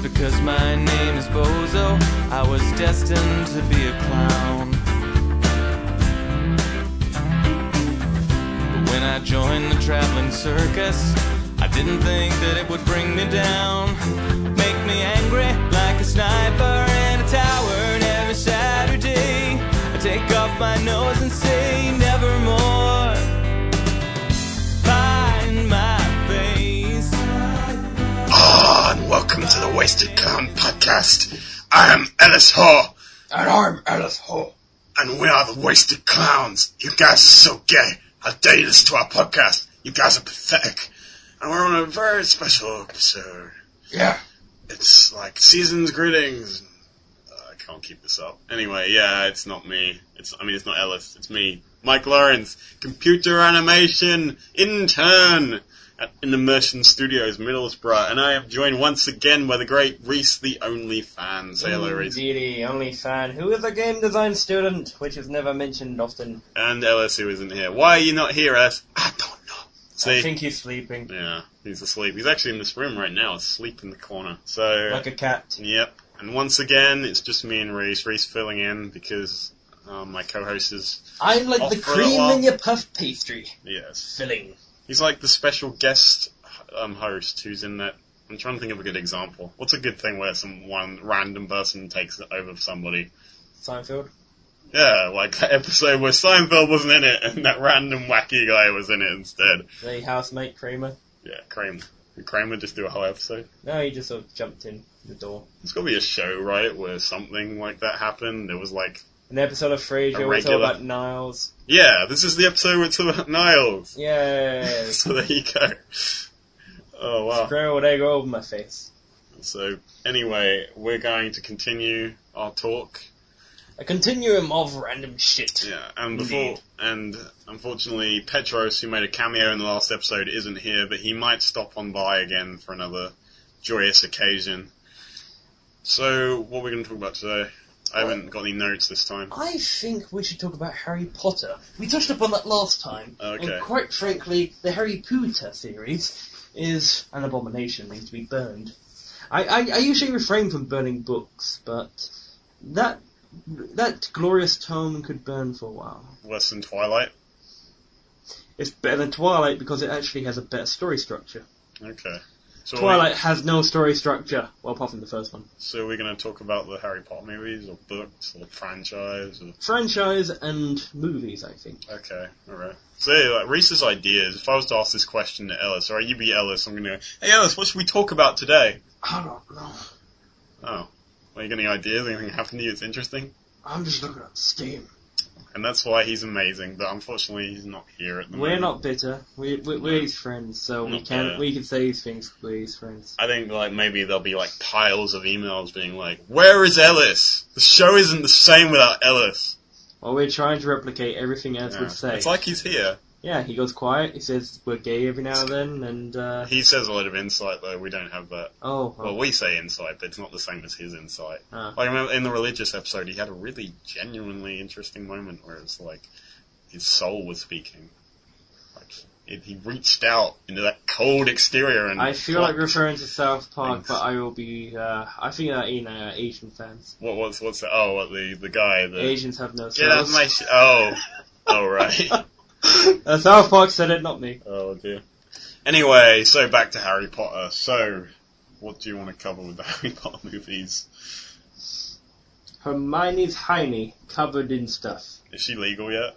because my name is Bozo. I was destined to be a clown. But when I joined the traveling circus, I didn't think that it would bring me down. Make me angry like a sniper in a tower. And every Saturday, I take off my nose and say, Nevermore. Find my face. Ah, and welcome to the Wasted Clown Podcast. I am Ellis Hoare, And I'm Alice Hall. and we are the Wasted Clowns. You guys are so gay. How dare you listen to our podcast? You guys are pathetic. And we're on a very special episode. Yeah. It's like season's greetings. Uh, I can't keep this up. Anyway, yeah, it's not me. It's I mean, it's not Ellis. It's me, Mike Lawrence, computer animation intern at Immersion Studios, Middlesbrough, and I am joined once again by the great Reese, the only fan. Say hello, Reese. Indeedy, only fan who is a game design student, which is never mentioned often. And Ellis, who isn't here. Why are you not here, Ellis? I don't know. See? I think he's sleeping yeah, he's asleep. He's actually in this room right now, asleep in the corner. So like a cat. Yep. And once again, it's just me and Reese. Reese filling in because um, my co-host is I'm like Off the for a cream while. in your puff pastry. yes. Filling. He's like the special guest um, host who's in that. I'm trying to think of a good example. What's a good thing where some one random person takes it over for somebody? Seinfeld. Yeah, like that episode where Seinfeld wasn't in it and that random wacky guy was in it instead. The housemate Kramer. Yeah, Kramer. Did Kramer just do a whole episode? No, he just sort of jumped in the door. There's gotta be a show, right, where something like that happened. There was like, An episode of A Frasier was all regular. about Niles. yeah, this is the episode where it's about Niles. Yay! so there you go. Oh wow. Scrambled egg all over my face. So anyway, we're going to continue our talk. A continuum of random shit. Yeah, and before and unfortunately Petros, who made a cameo in the last episode, isn't here, but he might stop on by again for another joyous occasion. So what are we going to talk about today? I haven't got any notes this time. I think we should talk about Harry Potter. We touched upon that last time. Okay. And quite frankly, the Harry Potter series is an abomination, needs to be burned. I, I, I usually refrain from burning books, but that that glorious tome could burn for a while. Worse than Twilight. It's better than Twilight because it actually has a better story structure. Okay. So Are Twilight has no story structure, well, apart from the first one. we, so we're going to talk about the Harry Potter movies or books or franchise or Franchise and movies, I think. Okay, alright. So, yeah, like, Reese's ideas. If I was to ask this question to Ellis, alright, you be Ellis, I'm gonna go, hey Ellis, what should we talk about today? I don't know. Oh. Well, you got any ideas? Anything happen to you that's interesting? I'm just looking at Steam. And that's why he's amazing, but unfortunately he's not here at the We're moment. not bitter. We, we, we're his friends, so we Mm. Not can bitter. we can say these things. We're his friends. I think, like, maybe there'll be, like, piles of emails being like, where is Ellis? The show isn't the same without Ellis. Well, we're trying to replicate everything as Yeah. would say. It's like he's here. yeah, he goes quiet. He says we're gay every now and then, and uh, He says a lot of insight, though. We don't have that. oh, Well, well, we say insight, but it's not the same as his insight. Ah. Like I remember in the religious episode, he had a really genuinely interesting moment where it's like his soul was speaking. Like it, he reached out into that cold exterior and I feel like plucked- referring to South Park, Thanks. but I will be. Uh, I think that you know Asian fans. what what's what's the oh what the the guy the Asians have no get out of souls. my sh- oh oh right Uh, South Park said it, not me. oh dear. Anyway, so back to Harry Potter. So, what do you want to cover with the Harry Potter movies? Hermione's hiney covered in stuff. Is she legal yet?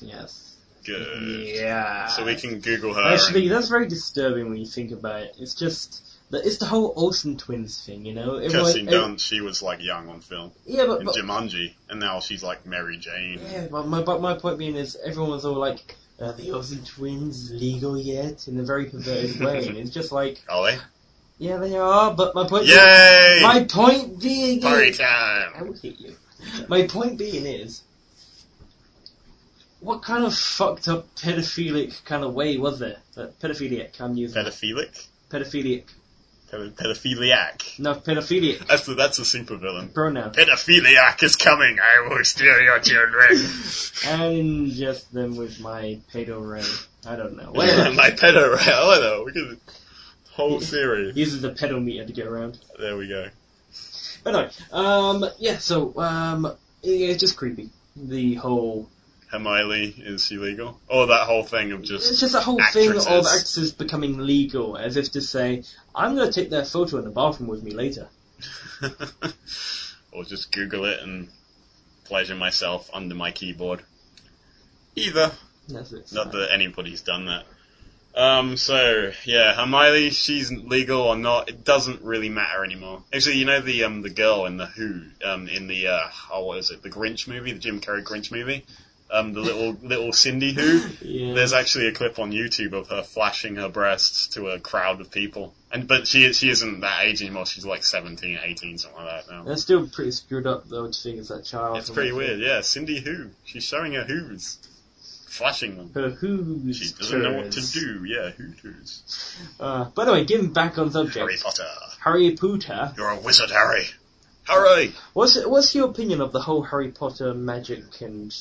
Yes. Good. Yeah. So we can Google her. and- Actually, that's very disturbing when you think about it. It's just the, it's the whole Olsen twins thing, you know. Everyone- Kirsten ev- Dunst, she was like young on film yeah, but, in but Jumanji, and now she's like Mary Jane. yeah, but my but my point being is everyone was all like, "Are the Olsen twins legal yet?" in a very perverted way, and it's just like, Are they? yeah, they are. But my point, Yay! my point being, Party is, I time! will hit you. My point being is, what kind of fucked up pedophilic kind of way was there? Uh, pedophiliac, I'm using Pedophilic? pedophiliac. Pedo- pedophiliac. No, pedophiliac. That's a, that's a supervillain. pronoun. Pedophiliac is coming! I will steal your children! And just them with my pedo ray. I don't know. Yeah, Whatever. my pedo rail, I know. We could whole series. He uses the pedal meter to get around. There we go. But no, um, yeah. So um, yeah, it's just creepy. The whole Hermione is illegal. Or that whole thing of it's just just a whole actresses. thing of actors becoming legal, as if to say, "I'm going to take their photo in the bathroom with me later." or just Google it and pleasure myself under my keyboard. Either. That's it. Not that anybody's done that. Um, so yeah, Hermione, she's legal or not, it doesn't really matter anymore. Actually, you know the um the girl in the Who um in the uh oh what is it the Grinch movie, the Jim Carrey Grinch movie, um the little little Cindy Who. Yeah. There's actually a clip on YouTube of her flashing her breasts to a crowd of people, and but she she isn't that age anymore. She's like 17, 18, something like that now. That's still pretty screwed up though to think it's that child. It's pretty weird, yeah. Cindy Who, she's showing her who's, flashing them. Her who's She doesn't know what to curious. do. Yeah, who does? Uh, by the way, getting back on Harry subject, Potter. Harry Potter. You're a wizard, Harry. Harry. What's what's your opinion of the whole Harry Potter magic and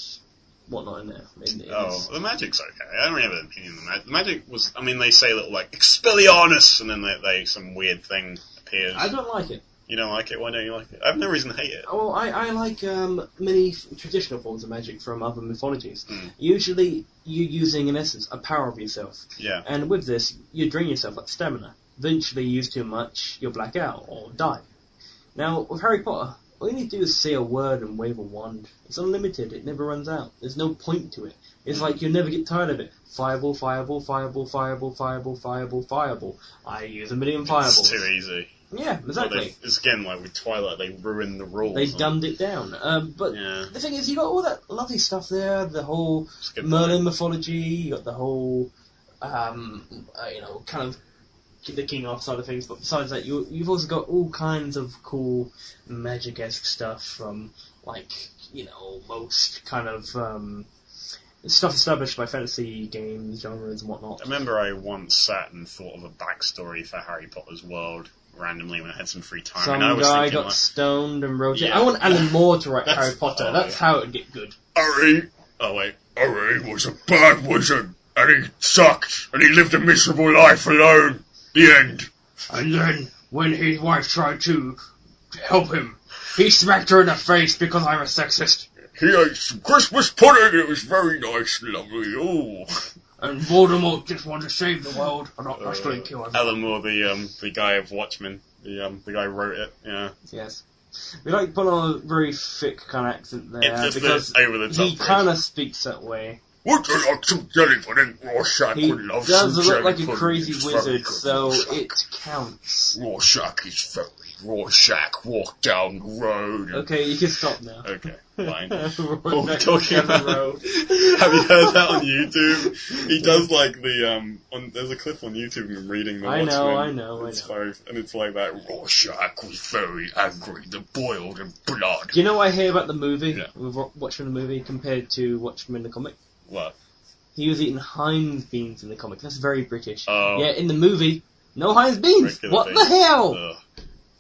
whatnot in there? In, in Oh, this? the magic's okay. I don't really have an opinion on the magic. The magic was, I mean, they say little like Expelliarmus, and then they, they some weird thing appears. I don't like it. Oh, You don't like it? Why don't you like it? I have no reason to hate it. Well, I, I like um, many f- traditional forms of magic from other mythologies. Mm. Usually, you're using, in essence, a power of yourself. Yeah, And with this, you drain yourself like stamina. Eventually, you use too much, you'll black out or die. Now, with Harry Potter, all you need to do is say a word and wave a wand. It's unlimited, it never runs out. There's no point to it. It's like you'll never get tired of it. Fireball, fireball, fireball, fireball, fireball, fireball, fireball. I use a million fireballs. it's too easy. Yeah, Well, they- exactly. it's again like with Twilight, they ruined the rules. They and- dumbed it down. Um, but Yeah. the thing is, you got all that lovely stuff there. The whole It's a good Merlin mythology. You got the whole, um, uh, you know, kind of the king off side of things. But besides that, you you've also got all kinds of cool magic esque stuff from like you know most kind of um, stuff established by fantasy games genres and whatnot. I remember I once sat and thought of a backstory for Harry Potter's world randomly when I had some free time, Some and I was guy thinking got like, stoned and wrote it. I Yeah. want Alan Moore to write That's- Harry Potter. oh, That's yeah. how it would get good. Harry. Oh wait, Harry was a bad wizard, and he sucked, and he lived a miserable life alone. The end. And then, when his wife tried to help him, he smacked her in the face because I'm a sexist. He ate some Christmas pudding, and it was very nice and lovely. Oh, And Voldemort just wanted to save the world and not actually kill everyone. Alan Moore, the um, the guy of Watchmen, the um, the guy who wrote it. Yeah, Yes. We like put on a very thick kind of accent there it's just because this over the top. he kind of speaks that way. would you like some jelly pudding? Rorschach He Oh, would love does some look jelly like a pudding. crazy It's very wizard, good, so Rorschach. it counts. Rorschach is very. Rorschach walked down the road. and- Okay, you can stop now. okay, fine. We're What are we back talking down the about? road. Have you heard that on YouTube? He does like the um. On, there's a clip on YouTube of him reading the I Watchmen. know, I know, I It's know. very- and it's like that. Rorschach was very angry. The boiled in blood. Do you know what I hear about the movie? Yeah. With Wa- Watchmen the movie compared to Watchmen the comic? What? He was eating Heinz beans in the comic. That's very British. Oh. Yeah, in the movie, no Heinz beans. Regular what beans. the hell? Ugh.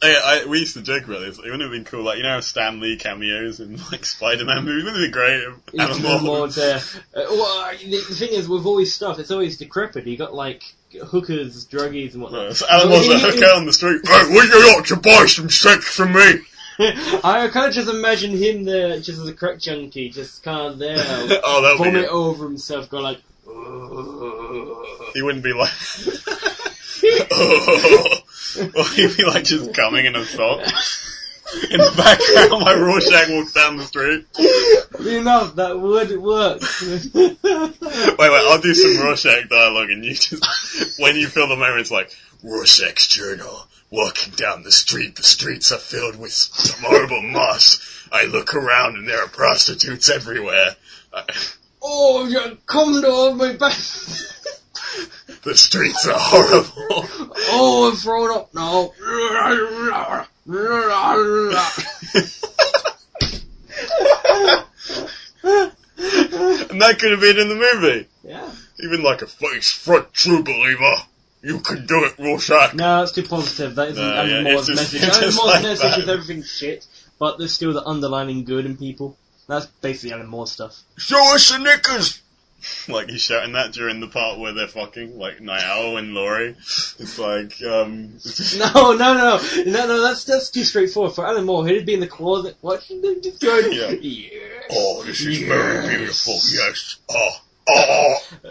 Yeah, uh, I, we used to joke about this. It wouldn't have been cool, like you know, how Stan Lee cameos in like Spider-Man movies. Wouldn't it be great? if It's Alan more, Moore- more there. Uh, well, I- the, the thing is, with all his stuff, it's always decrepit. You got like hookers, druggies, and Uh, whatnot. so Alan Moore's a He- hooker on the street. Hey, would you like to buy some sex from me? I kind of just imagine him there, just as a crack junkie, just kind of there, oh, that would be good. vomit over himself, go like, He wouldn't be like. well, he'd be like just coming in a sock. In the background, my Rorschach walks down the street. "Oddly enough, that would work. Wait, wait, I'll do some Rorschach dialogue, and you just when you feel the moment, it's like Rorschach's journal. Walking down the street, the streets are filled with some horrible moss. I look around and there are prostitutes everywhere. oh, you condor on my back. The streets are horrible. Oh, I'm thrown up now. And that could have been in the movie. yeah. Even like a face front true believer. You can do it, Rorschach. No, that's too positive. That isn't No, Alan yeah, Moore's it's just- message. it's Alan just Moore's like message that. is everything's shit, but there's still the underlining good in people. That's basically Alan Moore stuff. Show us the knickers. like he's shouting that during the part where they're fucking, like Night Owl and Laurie. It's like, um, No, no, no, no, no. That's that's too straightforward. For Alan Moore, he'd be in the closet watching them just going. Yeah. "Yeah." Oh, this is very beautiful. Yes. Oh, oh.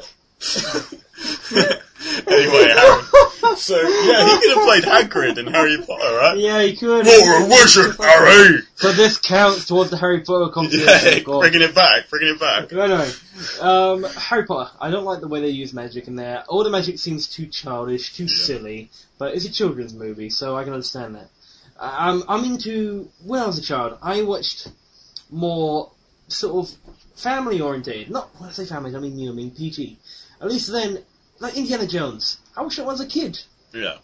anyway, Harry. So yeah, he could have played Hagrid in Harry Potter, right? Yeah, he could. You're a wizard, Harry. So this counts towards the Harry Potter competition. Yeah, of course. bringing it back, bringing it back. But anyway, um, Harry Potter. I don't like the way they use magic in there. All the magic seems too childish, too silly. But it's a children's movie, so I can understand that. I- I'm I'm into when I was a child, I watched more sort of family oriented. Not when I say family, I mean you, I mean PG. At least then, like Indiana Jones. I watched that when I was a kid. Yeah,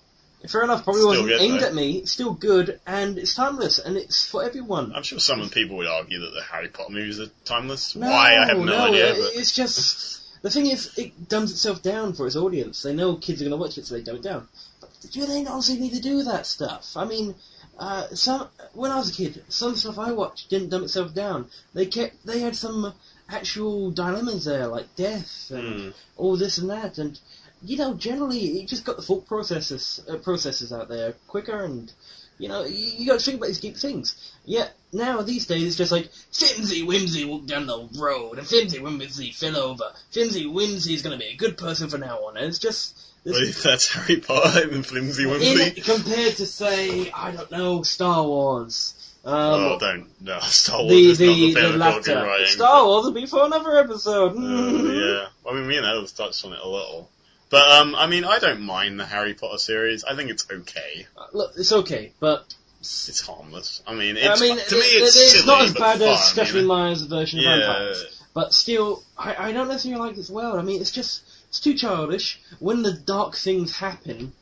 Fair enough, probably Still wasn't good, aimed though. at me. It's still good, and it's timeless, and it's for everyone. I'm sure some people would argue that the Harry Potter movies are timeless. No, Why I have no, idea. it- But It's just the thing is, it dumbs itself down for its audience. They know kids are going to watch it, so they dumb it down. But do they not also need to do that stuff? I mean, uh, some when I was a kid, some stuff I watched didn't dumb itself down. They kept they had some actual dilemmas there, like death Hmm. and all this and that, and you know, generally it just got the thought processes uh, processes out there quicker and. You know, you, you got to think about these deep things. Yet now these days it's just like Fimsy Whimsy walked down the road, and Fimsy Whimsy fell over. Fimsy Whimsy is going to be a good person from now on, and it's just but this, if that's Harry Potter and Flimsy in, Whimsy, compared to say I don't know Star Wars. Um, oh, don't no Star Wars the is not the the, the better latter copywriting. Star Wars will be for another episode. Uh, yeah, I mean, me and Ellis touched on it a little. But um, I mean, I don't mind the Harry Potter series. I think it's okay. Look, it's okay, but It's harmless. I mean, it's, I mean, to it- me, it's, it- silly, not as but bad fun, as Stephanie you know? Meyer's version Yeah. of vampires, but still, I, I don't necessarily like this world. I mean, it's just it's too childish. When the dark things happen,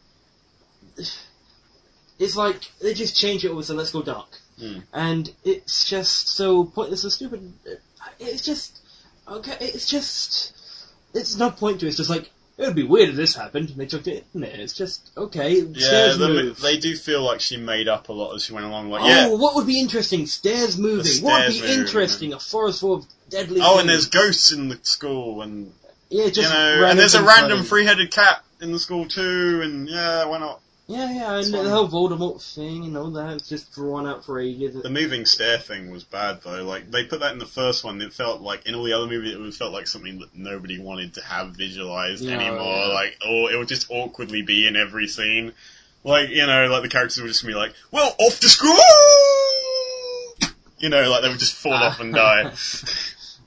it's like they just change it all. So let's go dark, Hmm. and it's just so pointless and stupid. It's just okay. It's just it's no point to it. It's just like. It would be weird if this happened. and They took it in there. It's just okay. Yeah, stairs the, move. they do feel like she made up a lot as she went along. Like, Oh, yeah. what would be interesting? Stairs moving. The what would stairs be moving. interesting? A forest full of deadly. Oh, and there's things. ghosts in the school, and yeah, just you know, random and there's a things random running. three-headed cat in the school too, and yeah, why not? Yeah, yeah, and It's fine. the whole Voldemort thing and all that. It's just drawn out for ages. The moving stair thing was bad though. Like they put that in the first one. It felt like in all the other movies, it felt like something that nobody wanted to have visualized Yeah, anymore. yeah. Like, oh, it would just awkwardly be in every scene. Like you know, like the characters would just be like, "Well, off to school." You know, like they would just fall off and die.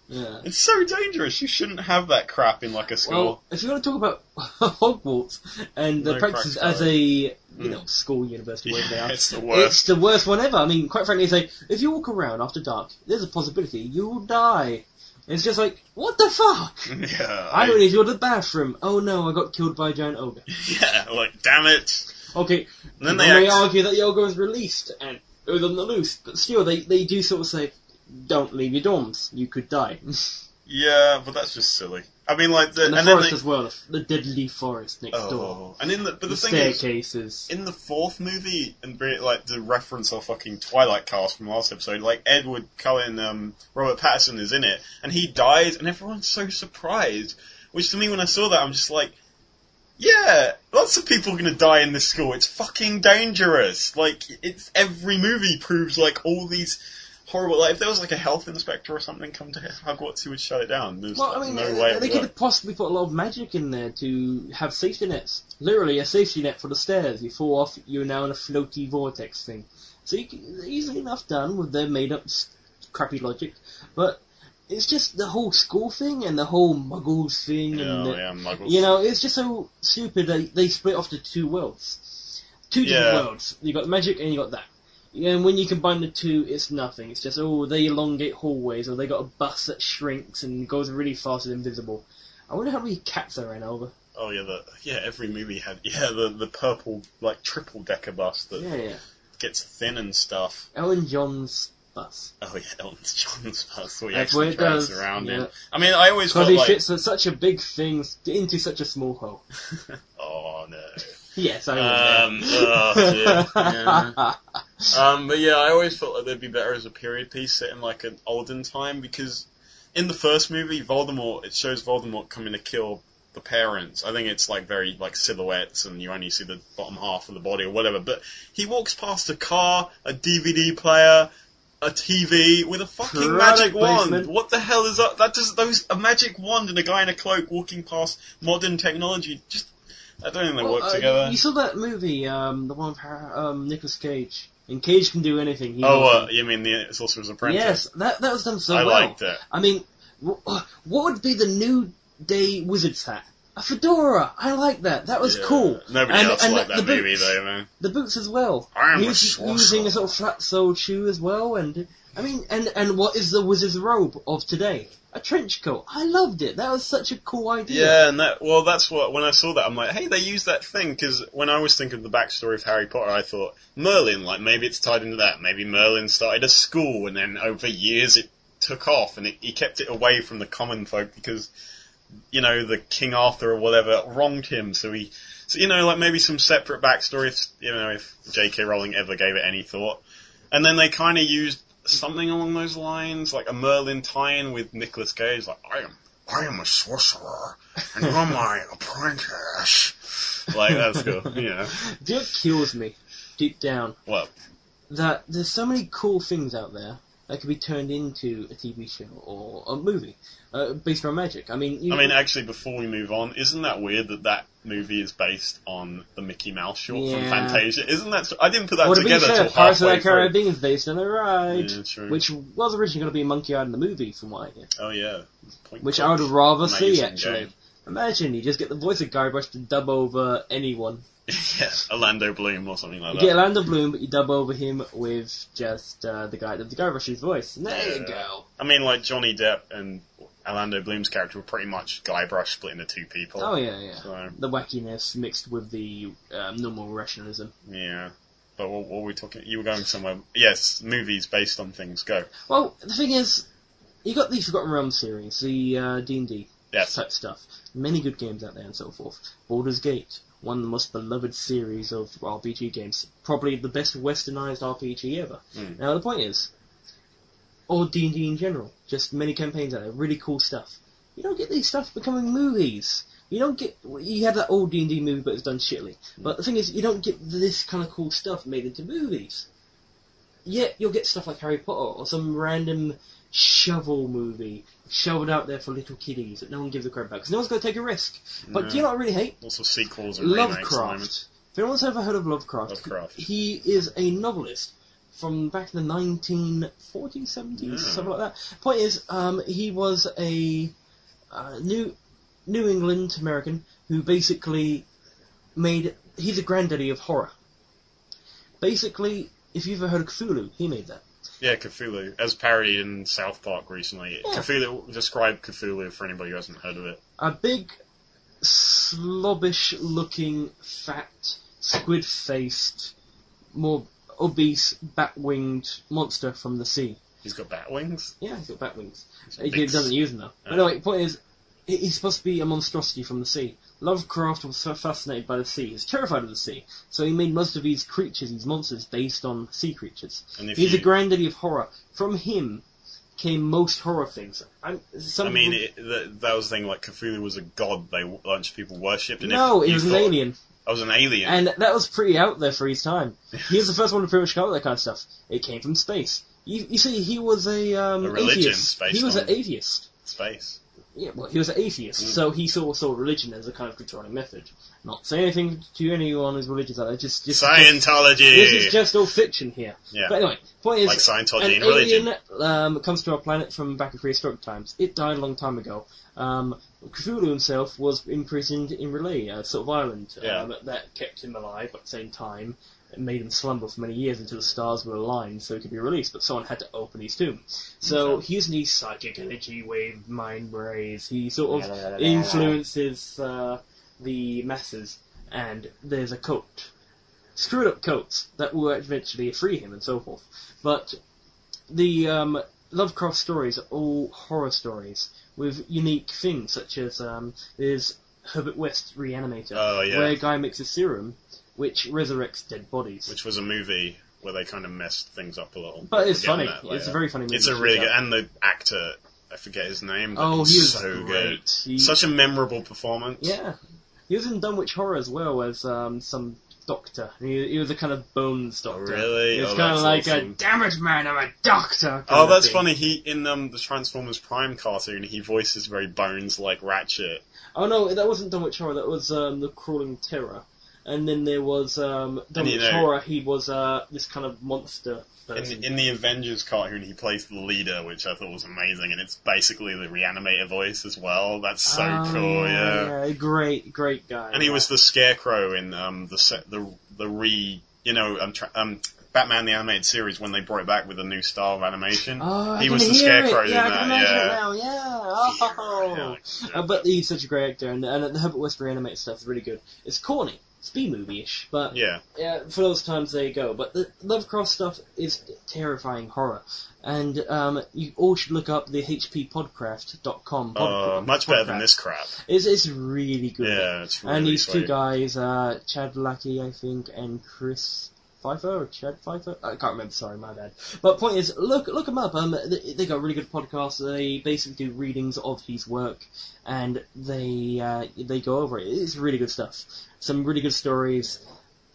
Yeah. It's so dangerous. You shouldn't have that crap in like a school. Well, if you want to talk about Hogwarts and the No practices cracks, as a you know school university, whatever they Yeah, are, it's the worst. It's the worst one ever. I mean, quite frankly, it's like if you walk around after dark, there's a possibility you'll die. It's just like what the fuck. yeah, I don't need to go to the bathroom. Oh no, I got killed by a giant ogre. yeah, like damn it. Okay, And then They they act- argue that the ogre was released and it was on the loose, but still they, they do sort of say, don't leave your dorms, you could die. and yeah, but that's just silly. I mean, like the, the and then forest they, as well, the deadly forest next door. oh, and in the but the, The, thing is, staircases. in the fourth movie, and bring it, like the reference of fucking Twilight cast from last episode, like Edward Cullen, um, Robert Pattinson is in it, and he dies, and everyone's so surprised. Which to me, when I saw that, I'm just like, yeah, lots of people are gonna die in this school. It's fucking dangerous. Like, it's every movie proves like all these. Horrible. Like, if there was like a health inspector or something come to Hogwarts, he would shut it down. There's Well, I mean, no they- way. it they would could work. have possibly put a lot of magic in there to have safety nets. Literally, a safety net for the stairs. You fall off, you're now in a floaty vortex thing. So you can, easily enough done with their made up s- crappy logic, but it's just the whole school thing and the whole muggles thing and Yeah, the, yeah, muggles. You know, it's just so stupid that they split off the two worlds. Two different Yeah. worlds. You got magic and you got that. And when you combine the two, it's nothing. It's just, oh, they elongate hallways, or they got a bus that shrinks and goes really fast and invisible. I wonder how many cats I ran over. Oh yeah, the yeah every movie had yeah the the purple like triple decker bus that Yeah, yeah. gets thin and stuff. Ellen John's bus. Oh yeah, Elton John's bus where he That's actually what it drives does. around in. Yeah. I mean, I always felt Because he like fits such a big thing into such a small hole. oh no. Yes, I Um, was there. oh, dear. Yeah. Um, but yeah, I always felt like they'd be better as a period piece set in like an olden time because in the first movie, Voldemort it shows Voldemort coming to kill the parents. I think it's like very like silhouettes, and you only see the bottom half of the body or whatever. But he walks past a car, a DVD player, a TV with a fucking Product magic wand. placement. What the hell is that? That does those a magic wand and a guy in a cloak walking past modern technology. Just I don't think they work Well, uh, together. You saw that movie, um, the one with Har- um, Nicolas Cage. And Cage can do anything. He Oh, does uh, you mean the Sorcerer's Apprentice? Yes, that that was done so I well. liked it. I mean, wh- what would be the new day wizard's hat? A fedora. I like that. That was Yeah. cool. Nobody And- else and liked the- that the movie boots. though, man. The boots as well. I am a Us- sorcerer. using a sort of flat-soled shoe as well, and I mean, and and what is the wizard's robe of today? A trench coat. I loved it. That was such a cool idea. Yeah, and that well, that's what when I saw that I'm like, hey, they used that thing because when I was thinking of the backstory of Harry Potter, I thought Merlin, like maybe it's tied into that. Maybe Merlin started a school and then over years it took off and it, he kept it away from the common folk because you know the King Arthur or whatever wronged him, so he. So, you know, like maybe some separate backstory if you know if J.K. Rowling ever gave it any thought, and then they kind of used something along those lines, like a Merlin tie-in with Nicolas Cage, like I am I am a sorcerer, and you're my apprentice. Like that's cool. Yeah. Do you know what kills me deep down? Well, that there's so many cool things out there that could be turned into a TV show or a movie uh, based on magic. I mean, you, I mean, actually, before we move on, isn't that weird that that movie is based on the Mickey Mouse short from Yeah. Fantasia? Isn't that? I didn't put that what a big together show! until Pirates of halfway the through. Mm. Caribbean is based on a ride, Yeah, true. which was originally going to be Monkey Island the movie, from what I hear. Oh yeah. Point Which Break. I would rather see Amazing actually. game. Imagine you just get the voice of Guybrush to dub over anyone. yeah, Orlando Bloom or something like You that. get Orlando Bloom, but you dub over him with just uh, the guy, the Guybrush's voice. And there you Yeah. go. I mean, like Johnny Depp and Orlando Bloom's character were pretty much Guybrush split into two people. Oh yeah, yeah. So The wackiness mixed with the um, normal rationalism. yeah. But what, what were we talking? You were going somewhere. Yes, movies based on things. Go. Well, the thing is, you got the Forgotten Realms series, the uh, D&D Yes. type stuff. Many good games out there and so forth. Baldur's Gate, one of the most beloved series of RPG games. Probably the best westernized RPG ever. Mm. Now, the point is, or D&D in general, just many campaigns out there, really cool stuff. You don't get these stuff becoming movies. You don't get, you have that old D&D movie but it's done shittily. Mm. But the thing is, you don't get this kind of cool stuff made into movies yet you'll get stuff like Harry Potter or some random shovel movie shoveled out there for little kiddies that no one gives a crap about because no one's going to take a risk. But do you know what I really hate? Lots of sequels and remakes. at the moment. Lovecraft. If anyone's ever heard of Lovecraft, Lovecraft. he is a novelist from back in the 1940s, 70s, Yeah. something like that. Point is, um, he was a uh, New New England American who basically made. He's a granddaddy of horror. Basically, if you've ever heard of Cthulhu, he made that. Yeah, Cthulhu. As parodied in South Park recently. Yeah. Cthulhu, describe Cthulhu for anybody who hasn't heard of it. a big, slobbish-looking, fat, squid-faced, more obese, bat-winged monster from the sea. He's got bat wings. Yeah, he's got bat wings. He's He big. doesn't use them though. But Yeah. anyway, point is, he- he's supposed to be a monstrosity from the sea. Lovecraft was so fascinated by the sea. He's terrified of the sea. So he made most of these creatures, these monsters, based on sea creatures. And if He's you- a granddaddy of horror. From him came most horror things. I'm, some I mean, people- it, that, that was the thing. Like Cthulhu was a god. They a bunch of people worshipped. And no, if it you was an thought- alien. I was an alien. And that was pretty out there for his time. He was the first one to pretty much come up with that kind of stuff. It came from space. You, you see, he was a, um, A religion atheist. based He was on- Mm. an atheist. Space. Yeah, well, he was an atheist, so he saw saw religion as a kind of controlling method. Not say anything to anyone who's religious out there. Just, just This Scientology. is just all fiction here. Yeah. But anyway, point is, Like Scientology an and religion. alien um, comes to our planet from back in prehistoric times. It died a long time ago. Um, Cthulhu himself was imprisoned in Relay, a sort of island Yeah. um, that kept him alive. But at the same time, it made him slumber for many years until the stars were aligned, so he could be released. But someone had to open his tomb. So Okay. using these psychic energy wave mind rays, he sort of influences uh, the masses. And there's a cult screwed up coats that will eventually free him and so forth. But the um, Lovecraft stories are all horror stories with unique things, such as um, there's Herbert West Reanimator, Oh, yeah. where a guy makes a serum which resurrects dead bodies. which was a movie where they kind of messed things up a little. but it's We'll get funny. on that It's later. a very funny movie. It's a to really check good, out. and the actor I forget his name. But Oh, he's he was so great. He- good. Such a memorable performance. Yeah, he was in Dunwich Horror as well as um, some doctor. He, he was a kind of bones Oh, doctor. really? It's oh, kind of that's like awesome. a damn it, man, I'm a doctor. kind Oh, of that's thing. funny. He in um, the Transformers Prime cartoon, he voices very Bones like Ratchet. Oh no, that wasn't Dunwich Horror. That was um, the Crawling Terror. And then there was um, Dunwich you know- Horror. He was uh, this kind of monster. In Person. the, in the Avengers cartoon, he plays the leader, which I thought was amazing, and it's basically the Reanimator voice as well. That's so Ah, cool, yeah. yeah, Great, great guy. And he was the Scarecrow in um, the se- the the re you know um, tra- um Batman the animated series when they brought it back with a new style of animation. Oh, I he can was the hear it. Scarecrow yeah, in I can that, imagine yeah. It now. Yeah. Oh. Yeah, like, Uh, but he's such a great actor, and, and the Herbert West reanimated stuff is really good. It's corny, it's B movie ish, but yeah, yeah, for those times there you go. But the Lovecraft stuff is terrifying horror, and um, you all should look up the HPPodcraft.com. uh, Pod- much better than podcast. this crap. It's it's really Oh, good. Yeah, it's really and these sweet. two guys, uh, Chad Lackey, I think, and Chris Pfeiffer or Chad Pfeiffer. I can't remember. Sorry, my bad. But point is, look look them up. Um, they, they got a really good podcast. They basically do readings of his work, and they uh, they go over it. It's really good stuff. Some really good stories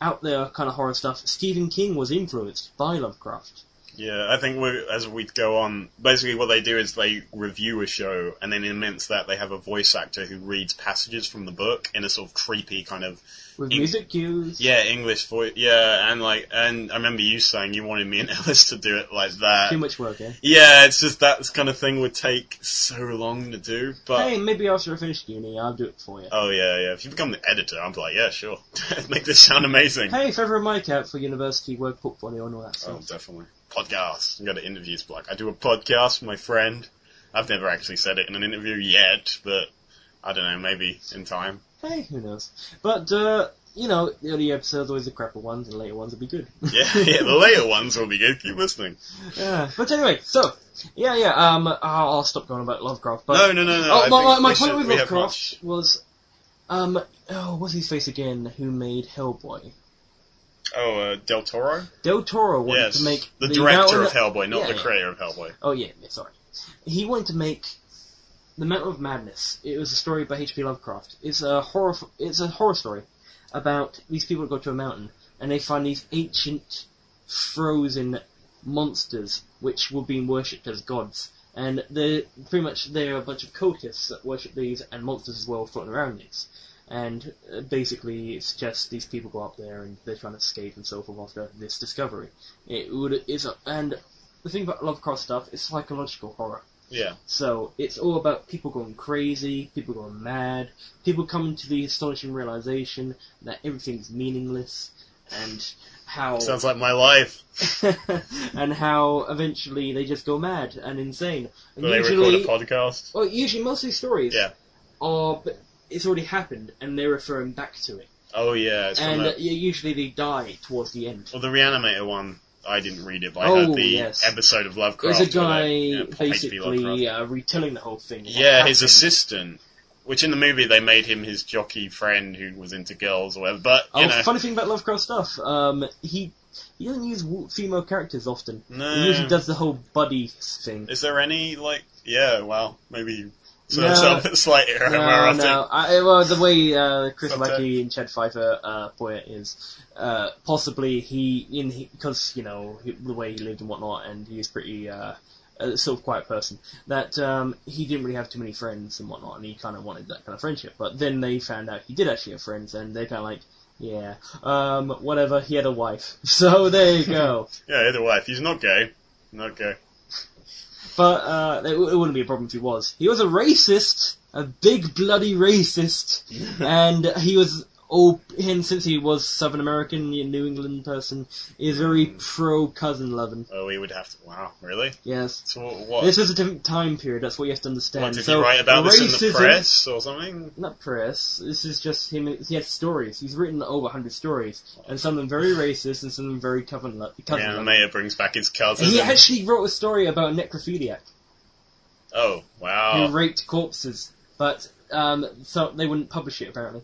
out there, kind of horror stuff. Stephen King was influenced by Lovecraft. Yeah, I think we, as we go on, basically what they do is they review a show, and then amidst that they have a voice actor who reads passages from the book in a sort of creepy kind of With In- music cues, yeah English voice. Yeah, and like, and I remember you saying you wanted me and Ellis to do it like that. too much work, eh? Yeah, it's just that kind of thing would take so long to do. But hey, maybe after I finish uni, I'll do it for you. oh yeah, yeah. If you become the editor, I'm like, yeah, sure, make this sound amazing. Hey, if ever my cap for university work portfolio and all that Oh, stuff. definitely podcast. I got an interviews block. I do a podcast with my friend. I've never actually said it in an interview yet, but I don't know, maybe in time. Hey, who knows? But uh, you know, the early episodes always the crapper ones, and the later ones will be good. Yeah, yeah. The later ones will be good. Keep listening. yeah. But anyway, so yeah, yeah. Um, I'll, I'll stop going about Lovecraft. But No, no, no, no. Oh, I think my, my, my we point should- with we have Lovecraft was, um, oh, what's his face again? Who made Hellboy? much- Oh, uh, Del Toro. Del Toro wanted Yes, to make the Mountain director of Hellboy, not yeah, the yeah. creator of Hellboy. Oh yeah, yeah, sorry. He wanted to make The Mountain of Madness. It was a story by H.P. Lovecraft. It's a horror. It's a horror story about these people that go to a mountain and they find these ancient frozen monsters which were being worshipped as gods. And they're pretty much they're a bunch of cultists that worship these and monsters as well floating around these. And uh, basically, it's just these people go up there and they're trying to escape and so forth after this discovery. It would is and the thing about Lovecraft stuff is psychological horror. Yeah, So it's all about people going crazy, people going mad, people coming to the astonishing realization that everything's meaningless, and how sounds like my life. and how eventually they just go mad and insane. And Will they record a usually, podcast? well, usually most of these stories Yeah. are but it's already happened and they're referring back to it, Oh yeah, it's from and uh, that. yeah, usually they die towards the end. Well, the Reanimator one, I didn't read it, but I Oh, heard the yes. episode of Lovecraft. There's a where guy they- yeah, H.P. Lovecraft. basically uh, retelling the whole thing. and what Yeah, his happened. assistant, which in the movie they made him his jockey friend who was into girls or whatever. But you Oh, know, funny thing about Lovecraft stuff, um, he he doesn't use w- female characters often. No. He usually does the whole buddy thing. is there any like? Yeah, well, maybe he No. turns up at slight error no, where I think- no. I, well, the way uh, Chris Sometimes. Lucky and Chad Pfeiffer uh, put it is uh, possibly he in because you know he, the way he lived and whatnot, and he was pretty. Uh, a sort of quiet person that um, he didn't really have too many friends and whatnot, and he kind of wanted that kind of friendship. But then they found out he did actually have friends, and they kind of like, yeah, um, whatever. He had a wife, so there you go. Yeah, either way, if he's not gay, not gay. But uh, it, w- it wouldn't be a problem if he was. He was a racist, a big bloody racist, and he was all and since he was Southern American, a New England person, he was very pro cousin loving. Oh, we would have to. Wow, really? Yes. So what? what This is a different time period. That's what you have to understand. what, did so you write about this in the racism- press or something? Not press. This is just him. He has stories. He's written over hundred stories, and some of them very racist, and some of them very cousin lo- cousin Yeah, loving. Mayor brings back his cousin. He and- actually wrote a story about a necrophiliac. oh, who wow. raped corpses, but um, so they wouldn't publish it apparently.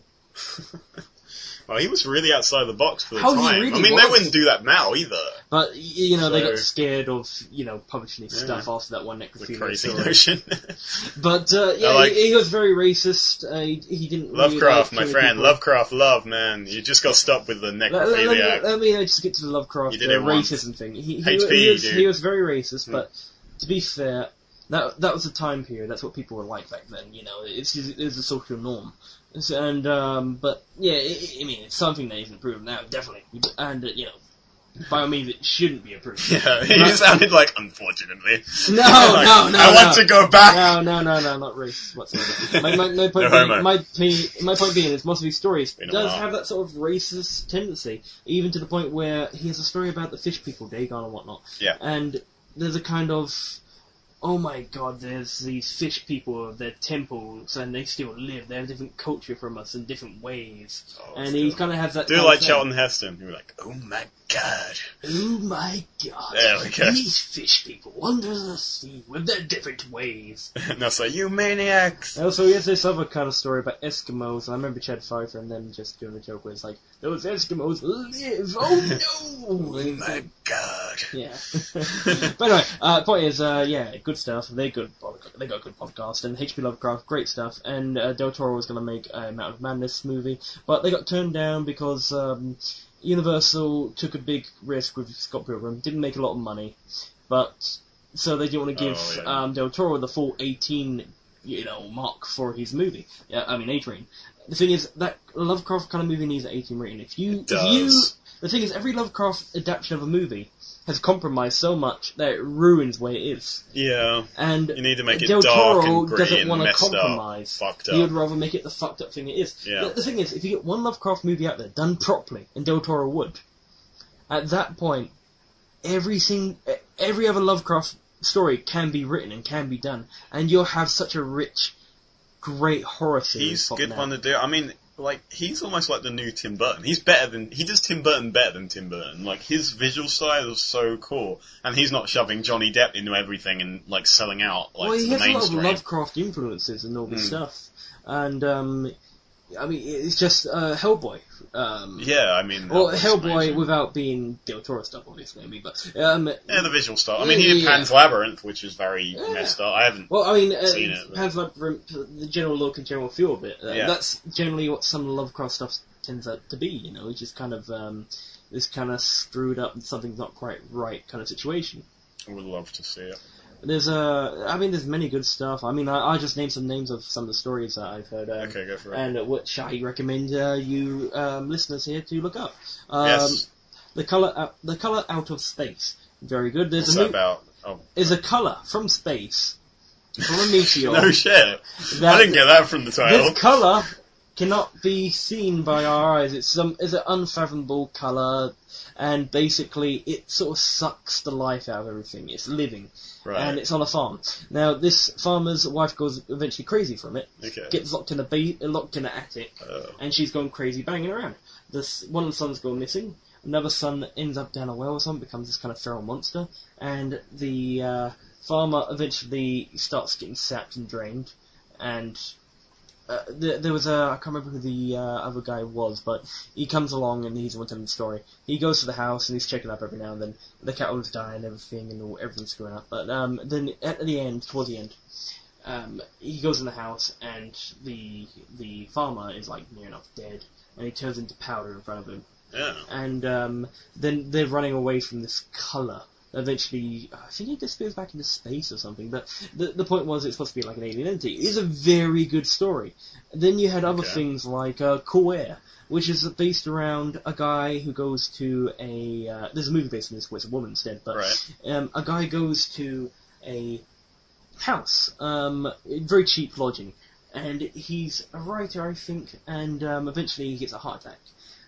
well, he was really outside the box for the How he time. really I mean, they was. wouldn't do that now either. But y- you know they So- got scared of you know publishing his stuff Yeah. after that one The necrophilia crazy story. notion. But uh, yeah, I like- he, he was very racist. Uh, he, he didn't. really Lovecraft, like my killing friend. people. Lovecraft, love, man. You just got stopped with the Let, let- let me- necrophilia. let me uh, just get to the Lovecraft You did uh, it once. racism thing. He, he, HP, he was, dude. he was very racist, Hmm. but to be fair, that that was the time period. That's what people were like back then. You know, it's it's a social norm. It's- And um, but yeah, i I I mean, it's something that isn't proven now, definitely. And uh, you know, by all means, it shouldn't be approved. Yeah, you sounded like, unfortunately. No, Like, no, no. I no. want to go back. No, no, no, no, not racist whatsoever. My, my, my, No point homo. being, my, pe- my point being is most of these stories Been a does while. have that sort of racist tendency, even to the point where he has a story about the fish people, Dagon and whatnot. Yeah. And there's a kind of, oh my god, there's these fish people, they're temples, and they still live, they have different culture from us in different ways. Oh, and still. he kind of has that. Do kind of like thing. Charlton Heston. You were like, oh my god. Oh my god. There we go. These fish people wander the sea with their different ways. and I was like, you maniacs. And also, he has this other kind of story about Eskimos, and I remember Chad Pfeiffer and them just doing a joke where it's like, those Eskimos live, oh no! Oh my god. yeah. but anyway, uh, point is, uh, yeah, good stuff, they good, pod- they got a good podcast, and H.P. Lovecraft, great stuff, and uh, Del Toro was gonna make a Mountain of Madness movie, but they got turned down because, um, Universal took a big risk with Scott Pilgrim, didn't make a lot of money, but, so they didn't want to give Oh, yeah. um, Del Toro the full 18 you know, mark for his movie. Yeah, I mean, 18. The thing is, that Lovecraft kind of movie needs an 18 rating. If you, if you, does. the thing is, every Lovecraft adaptation of a movie has compromised so much that it ruins where it is. Yeah. And You need to make it Del dark Toro and doesn't gritty and wanna messed up. compromise. Fucked he would up. rather make it the fucked up thing it is. Yeah. The, the thing is, if you get one Lovecraft movie out there done properly, and Del Toro would, at that point, every sing, e- every other Lovecraft story can be written and can be done, and you'll have such a rich, great horror series. He's popping good out. one to do. I mean, like, he's almost like the new Tim Burton. He's better than, he does Tim Burton better than Tim Burton. Like, his visual style is so cool. And he's not shoving Johnny Depp into everything and, like, selling out, like, well, to he the has a lot of mainstream. Lovecraft influences and all this Hmm. stuff, and um, I mean, it's just uh, Hellboy. Um, Yeah, I mean, Well, that was Hellboy amazing. without being Del Toro stuff, obviously. I mean, but um, Yeah, the visual style. I mean, he did Yeah. Pan's Labyrinth, which is very Yeah. messed up. I haven't. well, I mean, Seen uh, it, but- has like rem- the general look and general feel of it. Uh, Yeah. That's generally what some Lovecraft stuff tends out to be. You know, it's just kind of um, this kind of screwed up and something's not quite right kind of situation. I would love to see it. There's uh, I mean, there's many good stuff. I mean, I, I just named some names of some of the stories that I've heard. Um, Okay, go for it. And which I recommend uh, you um, listeners here to look up. Um, yes, The color, uh, the color out of space. Very good. There's what's a that mo- about? Oh, is a color from space from a meteor. no shit. that- I didn't get that from the title. This color cannot be seen by our eyes. It's some is an unfathomable color, and basically it sort of sucks the life out of everything. It's living, and Right. it's on a farm. Now this farmer's wife goes eventually crazy from it. Okay. Gets locked in a ba- locked in an attic, Oh. and she's gone crazy banging around. This one son's gone missing. Another son ends up down a well or something, becomes this kind of feral monster, and the uh, farmer eventually starts getting sapped and drained. And uh, there, there was a I can't remember who the uh, other guy was, but he comes along and he's the one telling the story. He goes to the house and he's checking up every now and then. The cattle's dying, and everything, and all, everything's screwing up. But um, then at the end, towards the end, um, he goes in the house and the the farmer is like near enough dead, and he turns into powder in front of him. Yeah. And um, then they're running away from this color. Eventually, I think he disappears back into space or something. But the the point was, it's supposed to be like an alien entity. It's a very good story. Then you had other Okay. things like uh, Cool Air, which is based around a guy who goes to a. Uh, there's a movie based on this where it's a woman instead, but Right. um, a guy goes to a house, um, very cheap lodging, and he's a writer, I think, and um, eventually he gets a heart attack.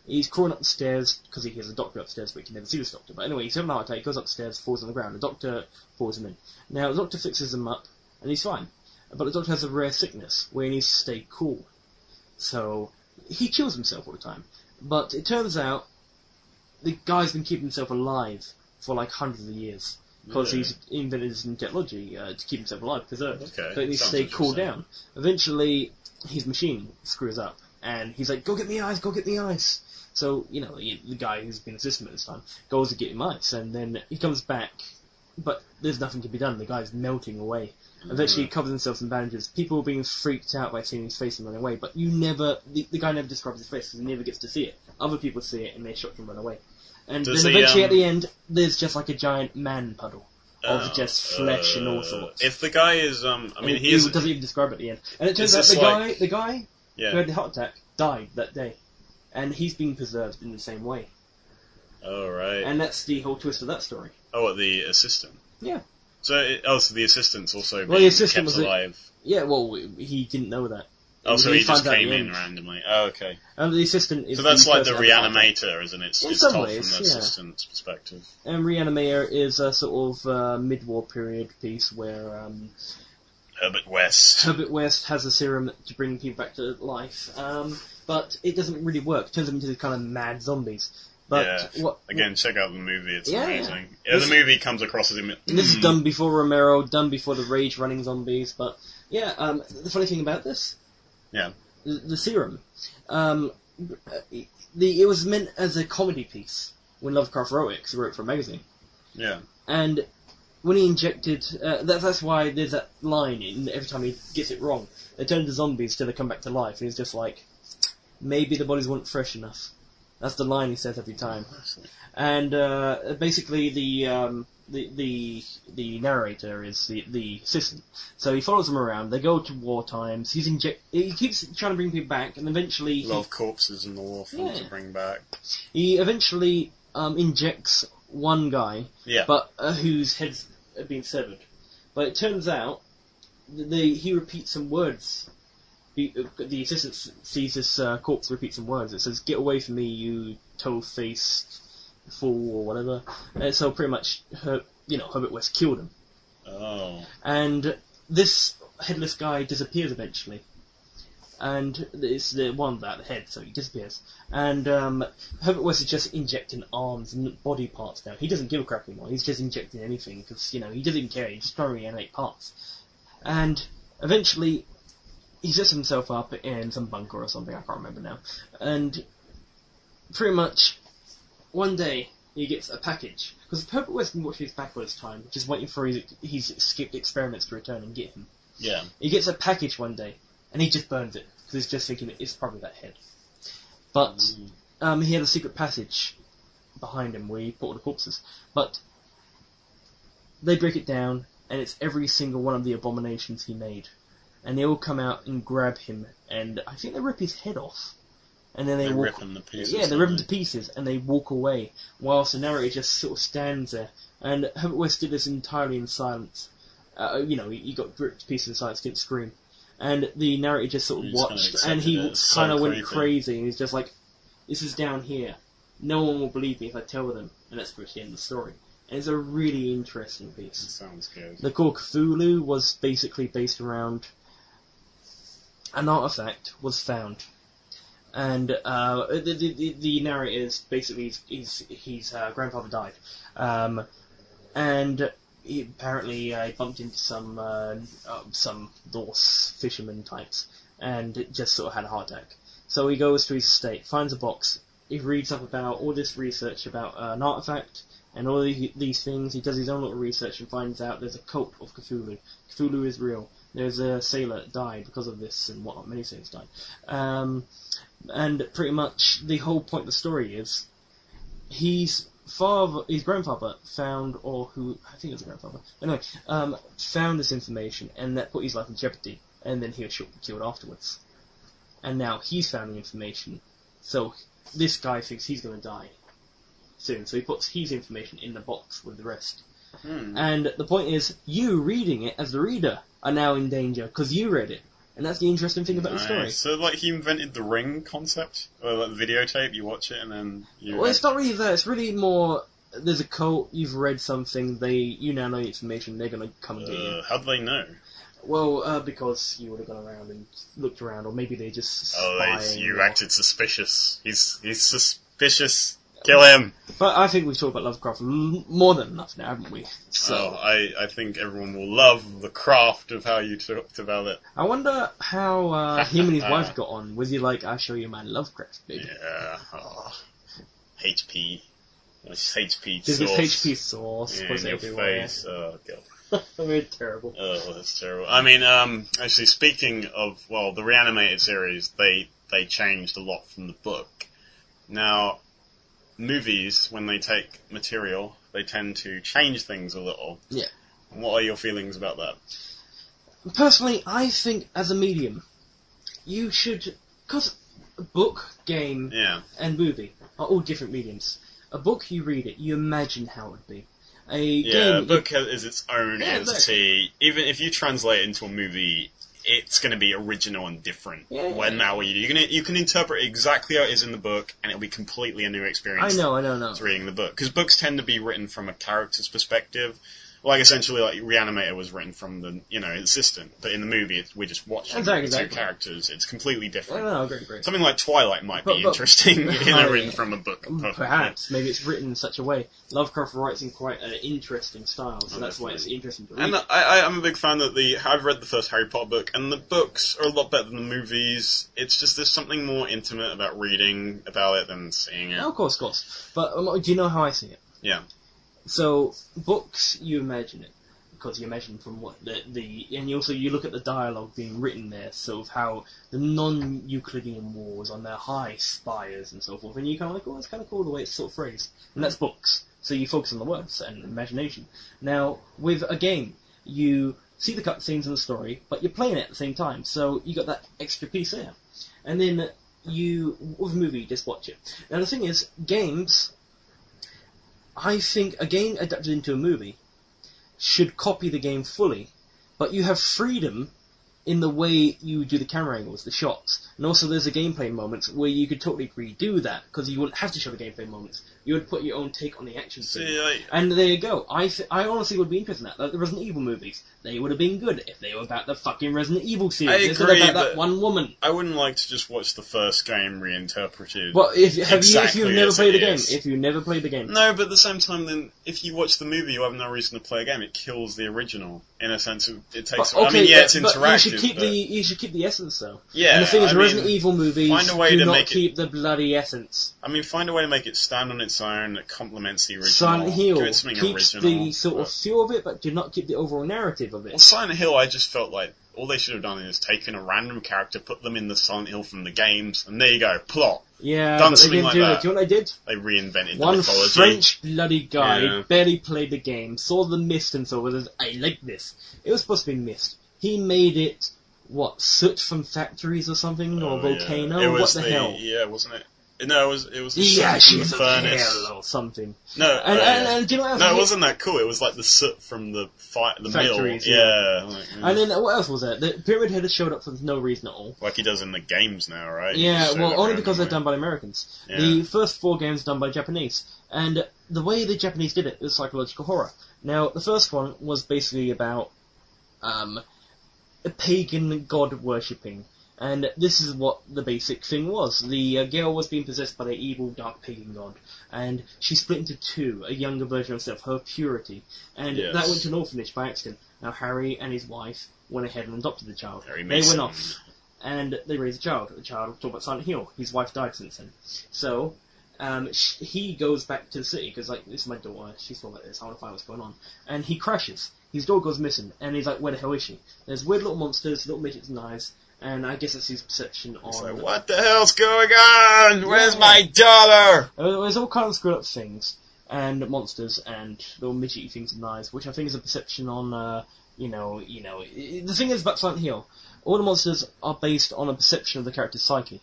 He's crawling up the stairs because he hears a doctor upstairs, but he can never see this doctor. But anyway, he's having a heart attack. He goes upstairs, falls on the ground. The doctor pulls him in. Now the doctor fixes him up, and he's fine. But the doctor has a rare sickness where he needs to stay cool. So he kills himself all the time. But it turns out the guy's been keeping himself alive for like hundreds of years because Really? he's invented this new technology uh, to keep himself alive because uh, Okay, but he needs to sounds stay cool down. interesting. Eventually, his machine screws up, and he's like, "Go get me ice, go get me ice." So, you know, the the guy who's been assisting him this time goes to get him ice, and then he comes back, but there's nothing to be done. The guy's melting away. Mm. Eventually, he covers himself in bandages. People are being freaked out by seeing his face and running away, but you never, the, the guy never describes his face, 'cause he never gets to see it. Other people see it, and they're shocked and run away. And Does then the, eventually, um, at the end, there's just like a giant man puddle of Uh, just flesh and all sorts. If the guy is, um, I mean, And he it is. doesn't even describe it at the end. And it turns Is out this the like- guy, the guy who Yeah. had the heart attack died that day, and he's being preserved in the same way. Oh right. And that's the whole twist of that story. oh, what, the assistant. Yeah. So, it, oh, so the assistant's also being the kept assistant was a- alive. Yeah, well, he didn't know that. Oh, so he he just finds out came the in end. randomly. Oh, okay. And the assistant is So that's the like the person at heart attack. reanimator, isn't it? It's, In it's some told ways, from the yeah. assistant's perspective. And Reanimator um, is a sort of uh, mid-war period piece where um, Herbert West. Herbert West has a serum to bring people back to life, um, but it doesn't really work. Turns them into these kind of mad zombies. But Yeah. what Again, check out the movie. It's Yeah, yeah. amazing. Yeah, This- the movie comes across as him. Mm, And This is done before Romero, done before the rage running zombies, but yeah, um, the funny thing about this, Yeah. the, the serum, um, the it was meant as a comedy piece when Lovecraft wrote it, 'cause he wrote it for a magazine, Yeah. and when he injected, uh, that, that's why there's that line in every time he gets it wrong, they turn into zombies till they come back to life, and he's just like, maybe the bodies weren't fresh enough. That's the line he says every time and uh, basically the, um, the the the narrator is the the assistant. So he follows them around. They go to war times. He's inject. He keeps trying to bring people back, and eventually A he, lot of corpses in the war for him Yeah. to bring back. he eventually um, injects one guy, Yeah. but uh, whose head's been severed. But it turns out that the, he repeats some words. The, uh, the assistant s- sees this uh, corpse repeat some words. It says, "Get away from me, you toe-faced fool," or whatever. And so pretty much, her, you know, Herbert West killed him, oh. and this headless guy disappears eventually. And it's the one without the head, so he disappears. And um, Herbert West is just injecting arms and body parts now. He doesn't give a crap anymore. He's just injecting anything because you know he doesn't care. He's just trying to reanimate parts. And eventually, he sets himself up in some bunker or something. I can't remember now. And pretty much, one day he gets a package because Herbert West been watching his back all this time, just waiting for his his skipped experiments to return and get him. Yeah. He gets a package one day, and he just burns it because he's just thinking it's probably that head. But Mm. um, he had a secret passage behind him where he put all the corpses. But they break it down, and it's every single one of the abominations he made, and they all come out and grab him, and I think they rip his head off, and then they, They walk. rip him to pieces. Yeah, they don't rip him to pieces and they walk away, whilst the narrator just sort of stands there. And Herbert West did this entirely in silence. Uh, you know, he, he got ripped to pieces in silence, didn't scream. And the narrator just sort of He just kinda watched, and he accepted it. It's so kind of went creepy. crazy, and he's just like, "This is down here. No one will believe me if I tell them." And that's pretty much the end of the story. And it's a really interesting That piece. sounds good. The Call of Cthulhu was basically based around an artifact was found, and uh, the, the the the narrator is basically his his, his uh, grandfather died, um, and he apparently uh, bumped into some uh, uh, some Norse fisherman types, and it just sort of had a heart attack. So he goes to his estate, finds a box, he reads up about all this research about uh, an artifact and all the, these things. He does his own little research and finds out there's a cult of Cthulhu. Cthulhu is real. There's a sailor that died because of this and whatnot. Many sailors died. Um, and pretty much the whole point of the story is his father, his grandfather found, or who I think it was a grandfather, anyway, um, found this information and that put his life in jeopardy. And then he was shot and killed afterwards. And now he's found the information, so this guy thinks he's going to die soon. So he puts his information in the box with the rest. Hmm. And the point is, you reading it as the reader are now in danger because you read it, and that's the interesting thing about the Nice. story. So, like, he invented the ring concept, or like videotape. You watch it, and then you. Well, it's not really that. It's really more. There's a cult. You've read something. They, you now know the information. They're gonna come and get you. Uh, how do they know? Well, uh, because you would have gone around and looked around, or maybe they just. Oh, they, spying you or- acted suspicious. He's he's suspicious. Kill him. But I think we've talked about Lovecraft l- more than enough now, haven't we? Oh. So I, I think everyone will love the craft of how you talked about it. I wonder how uh, him and his wife got on. Was he like, "I show you my Lovecraft"? Baby? Yeah. Oh. HP. It's HP Did sauce. his HP source Yeah, was in your everywhere? face. Oh, God. Very terrible. Oh, that's terrible. I mean, um, actually, speaking of, well, the reanimated series, they they changed a lot from the book. Now, movies, when they take material, they tend to change things a little. Yeah. What are your feelings about that? Personally, I think as a medium, you should because book, game, Yeah. and movie are all different mediums. A book, you read it, you imagine how it would be. A Yeah, game, book is its own Yeah, look. entity. Even if you translate it into a movie, it's going to be original and different. Yeah, yeah, when yeah. now you you can you can interpret it exactly how it is in the book, and it'll be completely a new I experience. know, I know, I know. to reading the book because books tend to be written from a character's perspective. Like essentially, like Reanimator was written from the you know assistant, but in the movie it's, we're just watching Exactly, the exactly. two characters. It's completely I different. know, great, great. Something like Twilight might But- be but- interesting, you Yeah. know, written from a book. but- Perhaps maybe it's written in such a way. Lovecraft writes in quite an interesting style, so that's why it's interesting to read. Oh, And I, I, I'm a big fan that the I've read the first Harry Potter book, and the books are a lot better than the movies. It's just there's something more intimate about reading about it than seeing it. No, of course, of course. But um, do you know how I see it? Yeah. So books, you imagine it because you imagine from what the, the and you also you look at the dialogue being written there, sort of how the non-Euclidean walls on their high spires and so forth, and you kind of like, oh, it's kind of cool the way it's sort of phrased, and that's books. So you focus on the words and imagination. Now with a game, you see the cutscenes and the story, but you're playing it at the same time, so you got that extra piece there. And then you with a movie, you just watch it. Now the thing is, games I think a game adapted into a movie should copy the game fully, but you have freedom in the way you do the camera angles, the shots, and also there's the gameplay moments where you could totally redo that because you wouldn't have to show the gameplay moments. You would put your own take on the action scene. See, like, And there you go. I th- I honestly would be interested in that. Like the Resident Evil movies, they would have been good if they were about the fucking Resident Evil series. I instead agree, about that but- one woman. I wouldn't like to just watch the first game reinterpreted. Well, if have you if Exactly you've never as played it the game, is. if you never played the game, No, but at the same time, then if you watch the movie, you have no reason to play a game. It kills the original in a sense. It, it takes. But, okay, I mean, yeah, but- it's but interactive. You should keep but- the you should keep the essence though. yeah, and the thing is, I the Resident mean, Evil movies find a way do to not make it- keep the bloody essence. I mean, find a way to make it stand on its own that complements the original. Silent Hill Give it something keeps original. the sort of but- feel of it, but do not keep the overall narrative of Well, it. Silent Hill, I just felt like all they should have done is taken a random character, put them in the Silent Hill from the games, and there you go, plot. Yeah, done but they something didn't like do that. that. Do you know what they did? They reinvented the One mythology. French bloody guy Yeah. barely played the game, saw the mist and so was I like this. It was supposed to be mist. He made it what soot from factories or something or Oh, volcano. yeah. It What was the, hell? Yeah, wasn't it? No, it was it was the Yeah, soot from she's the a furnace. hell or something. No, And, oh, and, yeah. and do you know what else? I No, it hate? wasn't that cool. It was like the soot from the fi- the Factories, mill. yeah. Yeah. like, yeah. And then uh, what else was there? The Pyramid Head has showed up for no reason at all. Like he does in the games now, right? He Yeah, just showed well, up only randomly. because they're done by the Americans. Yeah. The first four games done by Japanese, and the way the Japanese did it was psychological horror. Now, the first one was basically about um, pagan god worshipping, and this is what the basic thing was. The uh, girl was being possessed by the evil dark pagan god, and she split into two, a younger version of herself, her purity, and Yes. that went to an orphanage by accident. Now, Harry and his wife went ahead and adopted the child. Harry they Mason. went off and they raised a child. The child talked about Silent Hill. His wife died since then. So, um, sh- he goes back to the city because like this is my daughter. She's still like this. I want to find what's going on. And he crashes. His dog goes missing, and he's like, "Where the hell is she?" There's weird little monsters, little midgets, and knives, and I guess it's his perception on. It's like, what the hell's going on? Where's Yeah. my dollar? Uh, There's all kinds of screwed up things and monsters and little midgety things and knives, which I think is a perception on, uh, you know, you know. i- i- The thing is about Silent Hill, all the monsters are based on a perception of the character's psyche.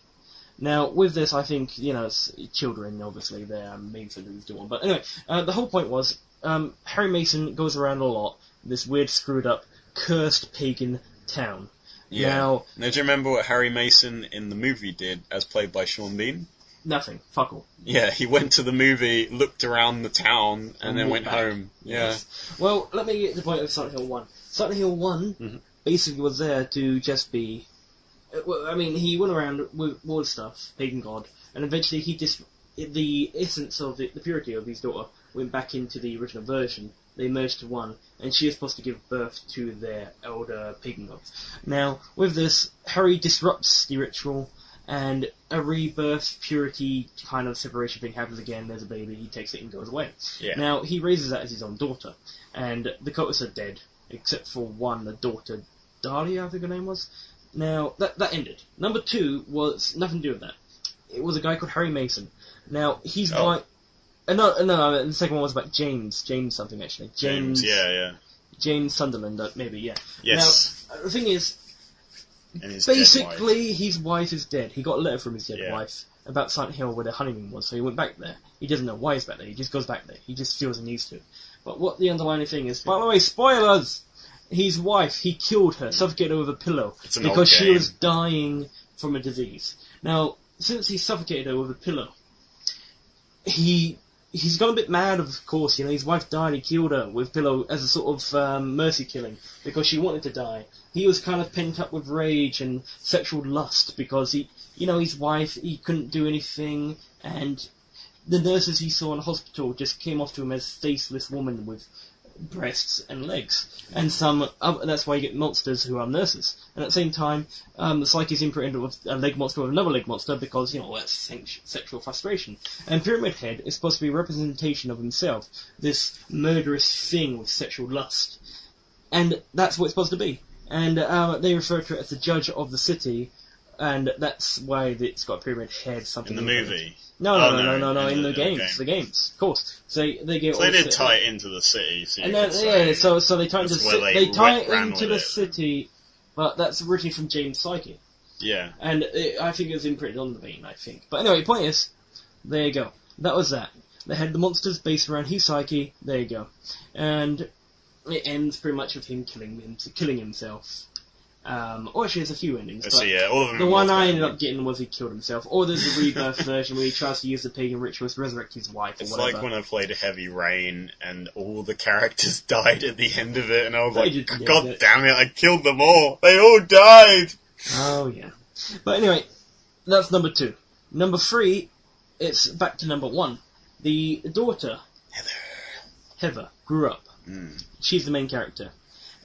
Now, with this, I think you know, it's children obviously they're made for these doing. But anyway, uh, the whole point was um, Harry Mason goes around a lot, this weird, screwed up, cursed pagan town. Now, Now, do you remember what Harry Mason in the movie did, as played by Sean Bean? nothing, fuck all. Yeah, he went to the movie, looked around the town, and, And then went walked back. home. Yeah. Yes. Well, let me get to the point of Silent Hill 1. Silent Hill one Mhm. basically was there to just be. uh, well, I mean, he went around with war stuff, pagan god, and eventually he just it, the essence of the, the purity of his daughter went back into the original version. They merged to one, and she is supposed to give birth to their elder pagan god. Now, with this, Harry disrupts the ritual, and a rebirth purity kind of separation thing happens again. There's a baby, he takes it and goes away. Yeah. Now, he raises that as his own daughter, and the Cotus are dead, except for one, the daughter, Daria, I think her name was. Now, that, that ended. Number two was nothing to do with that. It was a guy called Harry Mason. Now, he's Oh. like. Uh, no, no, the second one was about James. James something, actually. James. James, yeah, yeah. James Sunderland, uh, maybe, yeah. Yes. Now, uh, the thing is, and his dead wife. basically, his wife is dead. He got a letter from his dead Yeah. wife about Silent Hill where their honeymoon was, so he went back there. He doesn't know why he's back there. He just goes back there. He just feels he needs to. But what the underlying thing is, by the way, spoilers. His wife, he killed her, suffocated her with a pillow It's an old because she game. was dying from a disease. Now, since he suffocated her with a pillow, he he's gone a bit mad, of course. You know, his wife died. He killed her with pillow as a sort of um, mercy killing because she wanted to die. He was kind of pent up with rage and sexual lust because he, you know, his wife he couldn't do anything, and the nurses he saw in the hospital just came off to him as faceless woman with breasts and legs, and some. Uh, that's why you get monsters who are nurses. And at the same time, um, Psyche's imprinted with a leg monster with another leg monster because you know that's sex- sexual frustration. And Pyramid Head is supposed to be a representation of himself, this murderous thing with sexual lust, and that's what it's supposed to be. And uh, they refer to it as the judge of the city. And that's why it's got pyramid head something In the like that. movie. No, no, Oh, no, no, no, no, in the, in the games, the games, of course. So they get So they all did set- tie it into the city. So and you then, could say- yeah, so so they tie into the that's ci- where they they tie went- it ran into with the it. city, but that's originally from James Psyche, yeah. and it, I think it was imprinted on the vein, I think. But anyway, point is, there you go. That was that. They had the monsters based around his psyche. There you go, and it ends pretty much with him killing him, killing himself. Um, or actually, there's a few endings. So but- yeah, all of them. the one I ended involved- up getting was he killed himself, or there's a rebirth version where he tries to use the pagan ritual to resurrect his wife or It's whatever. like when I played Heavy Rain and all the characters died at the end of it, and I was They like, did- yeah, God that- damn it, I killed them all. They all died. Oh yeah. But anyway, that's number two. Number three, it's back to number one. The daughter, Heather, Heather grew up. She's the main character,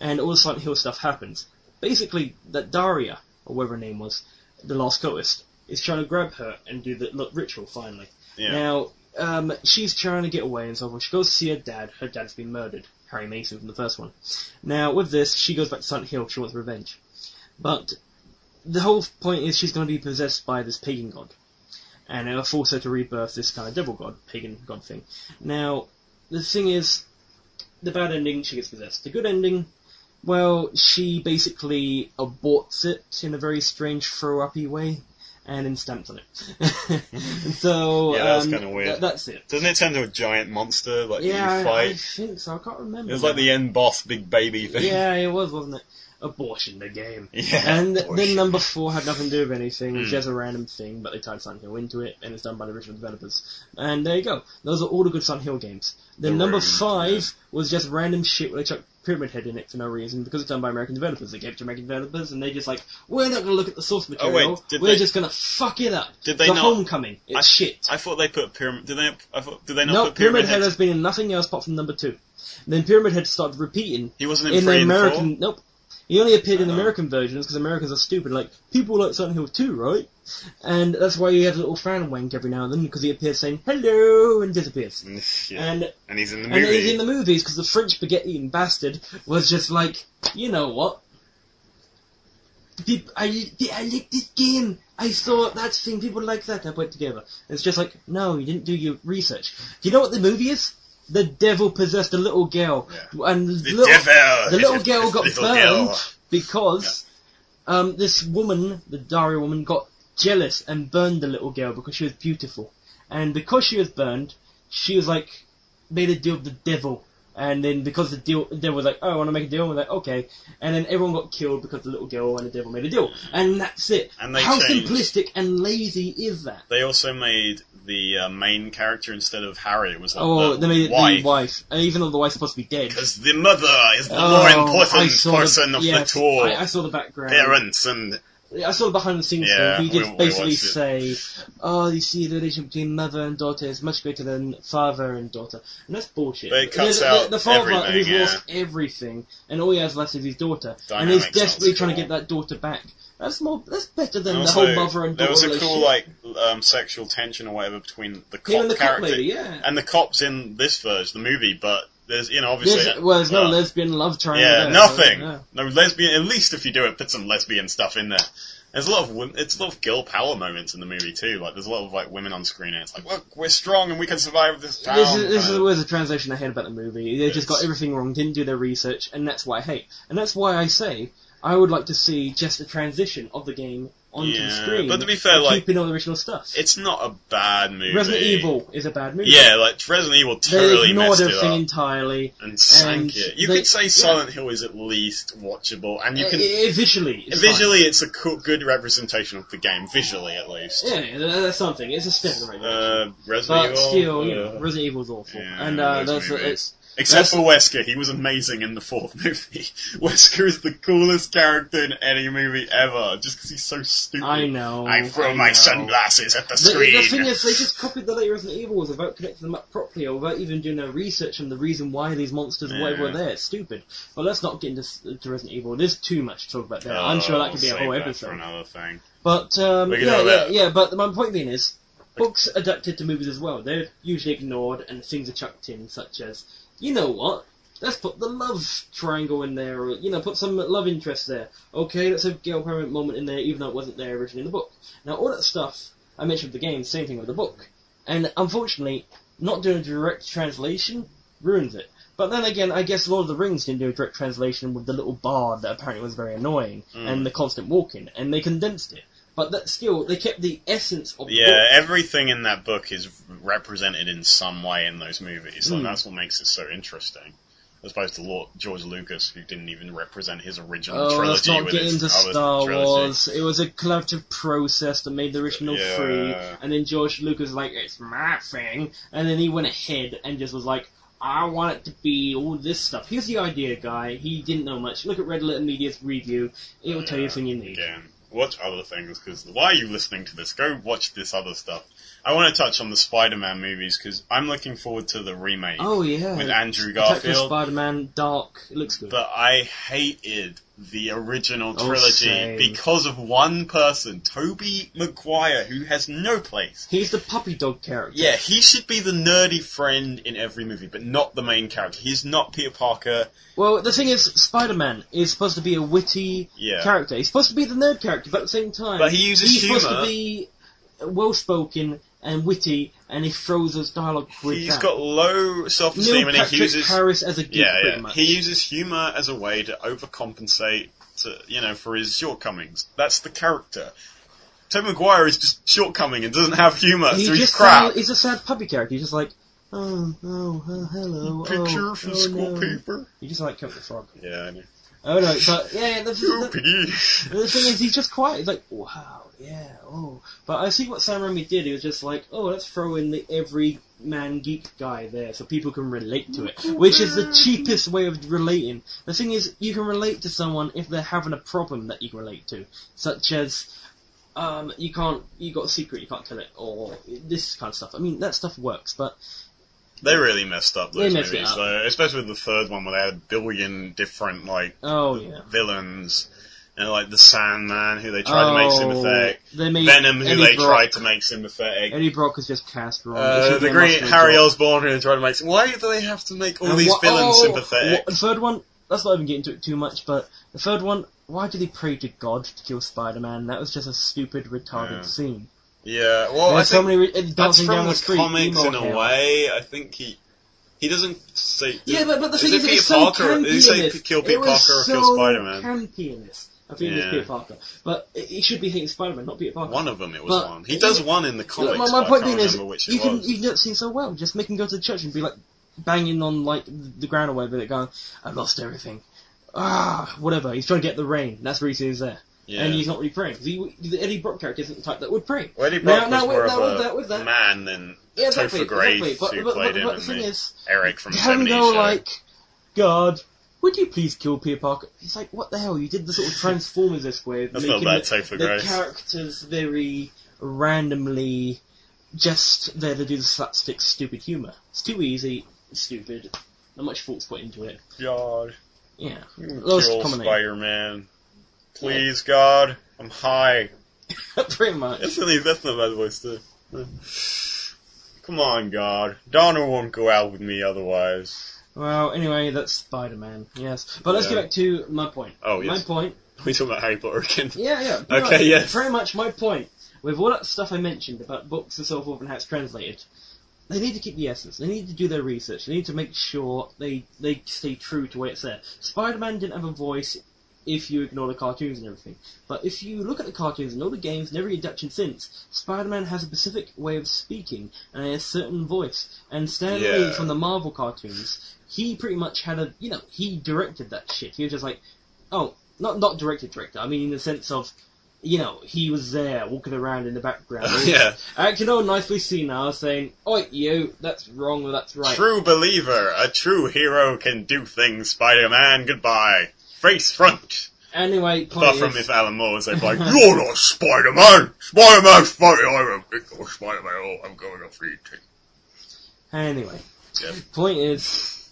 and all the Silent Hill stuff happens. Basically, that Daria, or whatever her name was, the last coast, is trying to grab her and do the look, ritual finally. Yeah. Now, um, she's trying to get away and so forth. She goes to see her dad. Her dad's been murdered. Harry Mason from the first one. Now, with this, she goes back to Silent Hill. She wants revenge. But the whole point is she's going to be possessed by this pagan god. And it'll force her to rebirth this kind of devil god, pagan god thing. Now, the thing is, the bad ending, she gets possessed. The good ending, well, she basically aborts it in a very strange throw uppy way and then stamps on it. and so, Yeah, that's um, kinda weird. that- that's it. Doesn't it turn into a giant monster like that Yeah, you I, fight? I think so. I can't remember. It was like the end boss, big baby thing. Yeah, it was, wasn't it? Abortion the game. Yeah, and then abortion. Hmm. number four had nothing to do with anything. It was just a random thing, but they tied Silent Hill into it, and it's done by the original developers. And there you go. Those are all the good Silent Hill games. Then The number Room, five was just random shit where they chucked Pyramid Head in it for no reason because it's done by American developers. They gave it to American developers, and they're just like, we're not going to look at the source Oh, wait, material. did we're they- just going to fuck it up. Did they the not- Homecoming. It's I- shit. I thought they put pyramid. Did they? I thought. Did they not No, put Pyramid pyramid, Head heads? has been in nothing else apart from number two. Then Pyramid Head started repeating He wasn't in, in three the and American. four. Nope. He only appeared in Oh. American versions because Americans are stupid. Like people like Silent Hill 2, right? And that's why he has a little fan wank every now and then because he appears saying hello and disappears. Mm, yeah. And And he's in the and movie. he's in the movies because the French spaghetti bastard was just like, you know what? Peop I, I like this game. I saw that thing. People like that. I put it together. It's just like, no, you didn't do your research. Do you know what the movie is? The devil possessed a little girl, and The little, devil. the little It's- girl it's got little burned girl. because um, this woman, the Daria woman, got jealous and burned the little girl because she was beautiful. And because she was burned, she was like, made a deal with the devil. And then because the deal, the devil was like, oh, I want to make a deal, and we're like, okay. And then everyone got killed because the little girl and the devil made a deal. And that's it. And they How changed. simplistic and lazy is that? They also made the uh, main character instead of Harry. It was like Oh, the they made it wife. the wife. And even though the wife's supposed to be dead. Because the mother is the Oh, more I important saw the- person of yes, the two I, I saw the background. parents and I saw the behind the scenes Yeah, thing. He did we- we basically watched say, "Oh, you see, the relationship between mother and daughter is much greater than father and daughter," and that's bullshit. But it cuts the, the- out the father everything, who's yeah. lost everything, and all he has left is his daughter, and Dynamic he's sounds desperately trying to cool. get that daughter back. That's more. That's better than And the also, whole mother and there daughter was a relationship. cool like l- um, sexual tension or whatever between the cop Him and the cop character lady, yeah. and the cops in this version, the movie. But there's you know obviously There's, well, there's no well, lesbian love triangle. Yeah, there, nothing. so, No lesbian. At least if you do it, put some lesbian stuff in there. There's a lot of wom- it's a lot of girl power moments in the movie too. Like there's a lot of like women on screen. And it's like look, we're strong and we can survive this yeah. town. This is this kinda. is always a translation I hate about the movie. They just got It's- everything wrong, didn't do their research, and that's why I hate. And that's why I say I would like to see just a transition of the game onto the Yeah, screen. but to be fair, like- keeping all the original stuff. it's not a bad movie. Resident Evil is a bad movie. Yeah, like Resident Evil they totally ignored messed it everything up. entirely. and sank And it. You they- could say Silent Hill is at least watchable, and you Uh, can i- visually, it's visually it's a cool, good representation of the game visually at least. fine. yeah, that- that's something. It's a step in the right direction. Uh, Resident but Evil, still, you uh, know, Resident Evil's awful, yeah, and uh, those that's movies. it's except that's- for Wesker, he was amazing in the fourth movie. Wesker is the coolest character in any movie ever, just because he's so stupid. I know. I throw I my know. sunglasses at the The, screen. the thing is, they just copied the later Resident Evils without connecting them up properly, or without even doing their research on the reason why these monsters and whatever Yeah. were there. It's stupid. But let's not get into s- to Resident Evil. There's too much to talk about there. Oh, I'm sure that could be a save whole that episode. for another thing. But um, We can yeah, have yeah, that. yeah. But my point being is, books adapted to movies as well. They're usually ignored, and things are chucked in, such as, you know what? Let's put the love triangle in there, or you know, put some love interest there. Okay, let's have girl parent moment in there, even though it wasn't there originally in the book. Now, all that stuff I mentioned with the game, same thing with the book. And unfortunately, not doing a direct translation ruins it. But then again, I guess Lord of the Rings didn't do a direct translation with the little bard that apparently was very annoying and the constant walking, and they condensed it. But that still, they kept the essence of the Yeah, book. everything in that book is represented in some way in those movies, Hmm. and that's what makes it so interesting. As opposed to Lord George Lucas, who didn't even represent his original Oh, trilogy let's not with get his into other Star trilogy. Wars. It was a collaborative process that made the original Yeah. free, and then George Lucas was like, it's my thing, and then he went ahead and just was like, I want it to be all this stuff. Here's the idea, guy. He didn't know much. Look at Red Letter Media's review. It will tell you everything you need. Again, watch other things because why are you listening to this? Go watch this other stuff. I want to touch on the Spider-Man movies because I'm looking forward to the remake Oh, yeah. with Andrew Attack of Garfield. Spider-Man, Dark. It looks good. But I hated the original Oh, trilogy same. because of one person, Toby Maguire, who has no place. He's the puppy dog character. Yeah, he should be the nerdy friend in every movie, but not the main character. He's not Peter Parker. Well, the thing is, Spider-Man is supposed to be a witty Yeah. character. He's supposed to be the nerd character, but at the same time, But he uses he's supposed humour. to be well-spoken and witty, and he throws those dialogue with He's that. got low Neil self-esteem and Patrick he uses Harris as a geek, yeah, pretty yeah. much. He uses humor as a way to overcompensate, to, you know, for his shortcomings. That's the character. Tobey Maguire is just shortcoming and doesn't have humor, He so he's just crap. he's a sad puppy character. He's just like, oh, oh, oh hello, Picture oh, from oh, school no. paper. You just like Kermit the Frog. Yeah, I know. Oh no, but yeah, the, Ooh, the, piggy. the thing is, he's just quiet. He's like, wow, yeah, oh. But I see what Sam Raimi did. He was just like, oh, let's throw in the every man geek guy there so people can relate to it, which is the cheapest way of relating. The thing is, you can relate to someone if they're having a problem that you can relate to, such as. Um, you can't. You got a secret. You can't tell it, or this kind of stuff. I mean, that stuff works, but They really messed up those They messed it movies, up. though. Especially with the third one where they had a billion different, like, oh yeah. villains. And, like, the Sandman, who they tried to make Oh, sympathetic. They made Venom, who Eddie they Brock. tried to make sympathetic. Eddie Brock is just cast wrong. It Uh, should be the a great muscular Harry dog. Osborn who tried to make. Why do they have to make all And these wha- villains oh, sympathetic? wha- the third one, let's not even get into it too much, but the third one, why did he pray to God to kill Spider-Man? That was just a stupid, retarded Yeah. scene. Yeah, well, I There's so think many re- dancing that's from down the, the street, comics emo in a hair. way. I think he he doesn't say. Yeah, but, but the thing it is, Peter it's so Parker? campy Did he say in this. kill It Peter was Parker or so kill Spider-Man? campy in this. I think it Yeah. was Peter Parker, but it- he should be hating Spider-Man, not Peter Parker. One of them, it was But- one. He does one in the comics. my, my but point I can't being is, remember which it you can was. you can do it scene so well. Just make him go to the church and be like banging on like the ground away, but going, "I've lost everything." Ah, whatever. He's trying to get the rain. That's the reason he's there, yeah. and he's not really praying. 'Cause He, the Eddie Brock character isn't the type that would pray. well, Eddie Now- Brock now was with- more now of with a that- with that- man than Yeah, exactly, Topher Grace exactly. But, who but, played but, him but the and thing me. is, Eric from the having 70s go show. like, God, would you please kill Peter Parker? He's like, what the hell? You did the sort of Transformers-esque way of That's not making bad the, Topher the Grace. characters very randomly just there to do the slapstick stupid humour. It's too easy, it's stupid, not much thought's put into it. God, Yeah. Lost kill combination. Spider-Man. Please, God, I'm high. Pretty much. That's not, that's not a bad voice too. Come on, God. Donna won't go out with me otherwise. Well, anyway, that's Spider-Man, yes. But let's Yeah. get back to my point. Oh, yes. My point, We talking about Harry Potter again? yeah, yeah. pretty Okay, much- yes. Pretty much my point. With all that stuff I mentioned about books and so forth and how it's translated, they need to keep the essence. They need to do their research. They need to make sure they, they stay true to where it's there. Spider-Man didn't have a voice if you ignore the cartoons and everything. But if you look at the cartoons and all the games and every adaptation since, Spider-Man has a specific way of speaking and a certain voice. And Stan Lee Yeah. from the Marvel cartoons, he pretty much had a, you know, he directed that shit. He was just like, oh, not not directed, director. I mean, in the sense of, you know, he was there walking around in the background. yeah. Acting all nicely senile, saying, "Oh, you, that's wrong or that's right." True believer, a true hero can do things. Spider-Man, goodbye. Face front. Anyway, Apart point from is, if Alan Moore was like, "You're You're not Spider-Man! Spider-Man, Spider-Man, I'm a big old Spider-Man, oh, I'm going off for you too. anyway, Yeah. point is,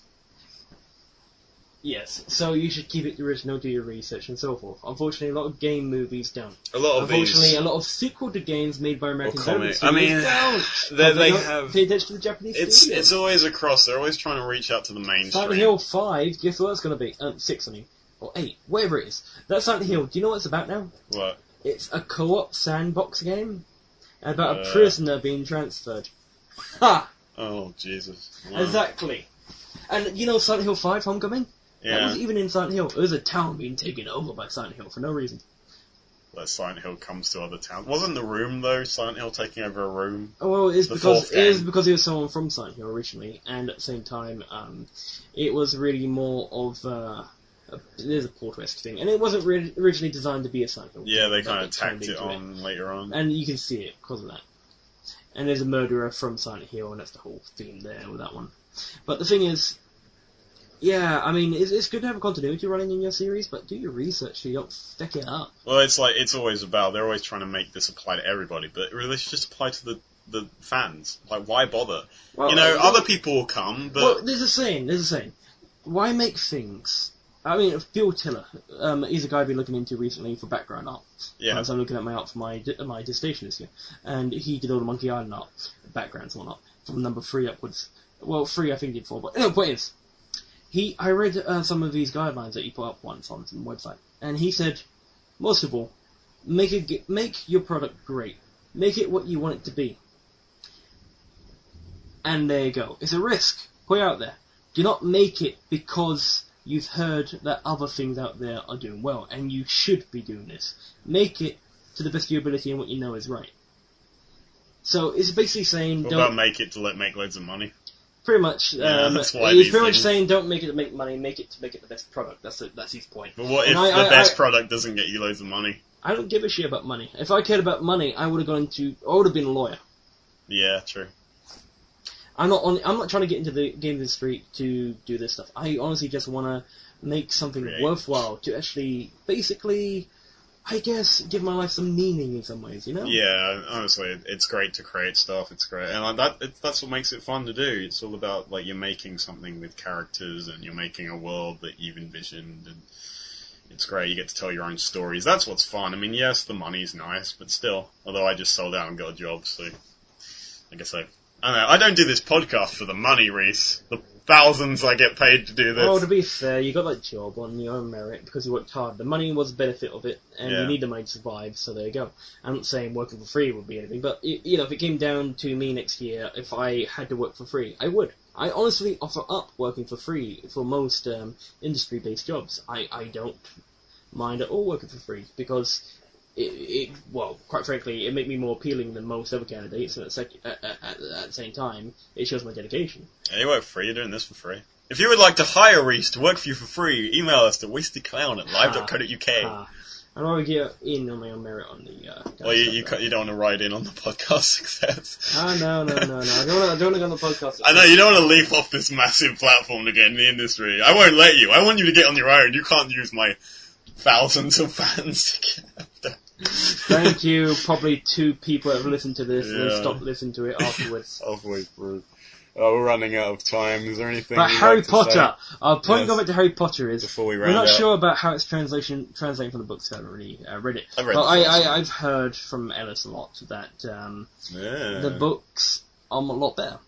yes. So you should keep it original, do your research and so forth. Unfortunately, a lot of game movies don't. A lot of Unfortunately, these. a lot of sequel to games made by American comic- comics. I mean, don't. they- they don't have- pay attention to the Japanese. It's studios. it's always a cross. They're always trying to reach out to the mainstream. Silent Hill 5, guess what that's going to be? Um, 6, I mean. Or 8, whatever it is. That Silent Hill, do you know what it's about now? What? It's a co-op sandbox game about Uh. a prisoner being transferred. Ha! Oh Jesus! Wow. Exactly. And you know Silent Hill 5 Homecoming? That Yeah, wasn't even in Silent Hill. It was a town being taken over by Silent Hill for no reason. where Silent Hill comes to other towns. Wasn't the room though Silent Hill taking over a room? Oh, well, it's The because fourth it is game. because he was someone from Silent Hill originally, and at the same time, um, it was really more of uh, a, there's a plot twist thing, and it wasn't really originally designed to be a Silent Hill. Yeah, game, they but kind of turned tacked it into on later on. and you can see it because of that. And there's a murderer from Silent Hill, and that's the whole theme there with that one. But the thing is, yeah, I mean, it's, it's good to have a continuity running in your series, but do your research so you don't stick it up. Well, it's like it's always about they're always trying to make this apply to everybody, but really it should just apply to the the fans. Like, why bother? Well, you know, well- other people will come, but well, there's a saying. There's a saying. Why make things? I mean, Bill Tiller. Um, he's a guy I've been looking into recently for background art. yeah, As I'm looking at my art for my di- my dissertation this year, and he did all the Monkey Island art backgrounds and whatnot from number three upwards. Well, three I think he did four, but no. Point is, he I read uh, some of these guidelines that he put up once on some website, and he said, most of all, make a g- make your product great, make it what you want it to be. And there you go. It's a risk. Put it out there. Do not make it because you've heard that other things out there are doing well, and you should be doing this. Make it to the best of your ability and what you know is right. So it's basically saying what don't about make it to let make loads of money? pretty much. um, Yeah, um, that's why he's these pretty much things- saying don't make it to make money, make it to make it the best product. That's the, that's his point. But what if And I- the I- best I- product doesn't get you loads of money? I don't give a shit about money. If I cared about money, I would have gone to. I would have been a lawyer. Yeah, true. I'm not on. I'm not trying to get into the game industry to do this stuff. I honestly just want to make something Create. worthwhile to actually, basically, I guess, give my life some meaning in some ways. You know? Yeah, honestly, it's great to create stuff. It's great, and like that it's, that's what makes it fun to do. It's all about like you're making something with characters, and you're making a world that you've envisioned, and it's great. You get to tell your own stories. That's what's fun. I mean, yes, the money's nice, but still. Although I just sold out and got a job, so I guess I. I don't know. I don't do this podcast for the money, Reese. The thousands I get paid to do this. Well, to be fair, you got that job on your own merit because you worked hard. The money was a benefit of it, and Yeah. you need the money to survive. So there you go. I'm not saying working for free would be anything, but y- you know, if it came down to me next year, if I had to work for free, I would. I honestly offer up working for free for most um, industry-based jobs. I, I don't mind at all working for free because it, it well, quite frankly, it made me more appealing than most other candidates. And at, sec- at, at, at the same time, it shows my dedication. Yeah, you work free. You're doing this for free. If you would like to hire Reese to work for you for free, email us at wastedyclown at Ah. live.co.uk. Ah, I'd rather get in on my own merit on the. Uh, Well, Oh, you you, stuff, ca- right? you don't want to ride in on the podcast success. Ah, no, no, no, no. I don't want to. I don't want to go on the podcast. I know you don't want to leap off this massive platform to get in the industry. I won't let you. I want you to get on your own. You can't use my thousands of fans to get after. Thank you. Probably two people have listened to this and Yeah. then stopped listening to it afterwards. halfway through. Oh, we're running out of time. Is there anything? But you'd Harry like to Potter. Our point Yes. going back to Harry Potter say is before we we're round not out? sure about how it's translation translating from the books. I haven't really uh, read it, I read but the I, first I I've heard from Ellis a lot that um, Yeah. the books are a lot better.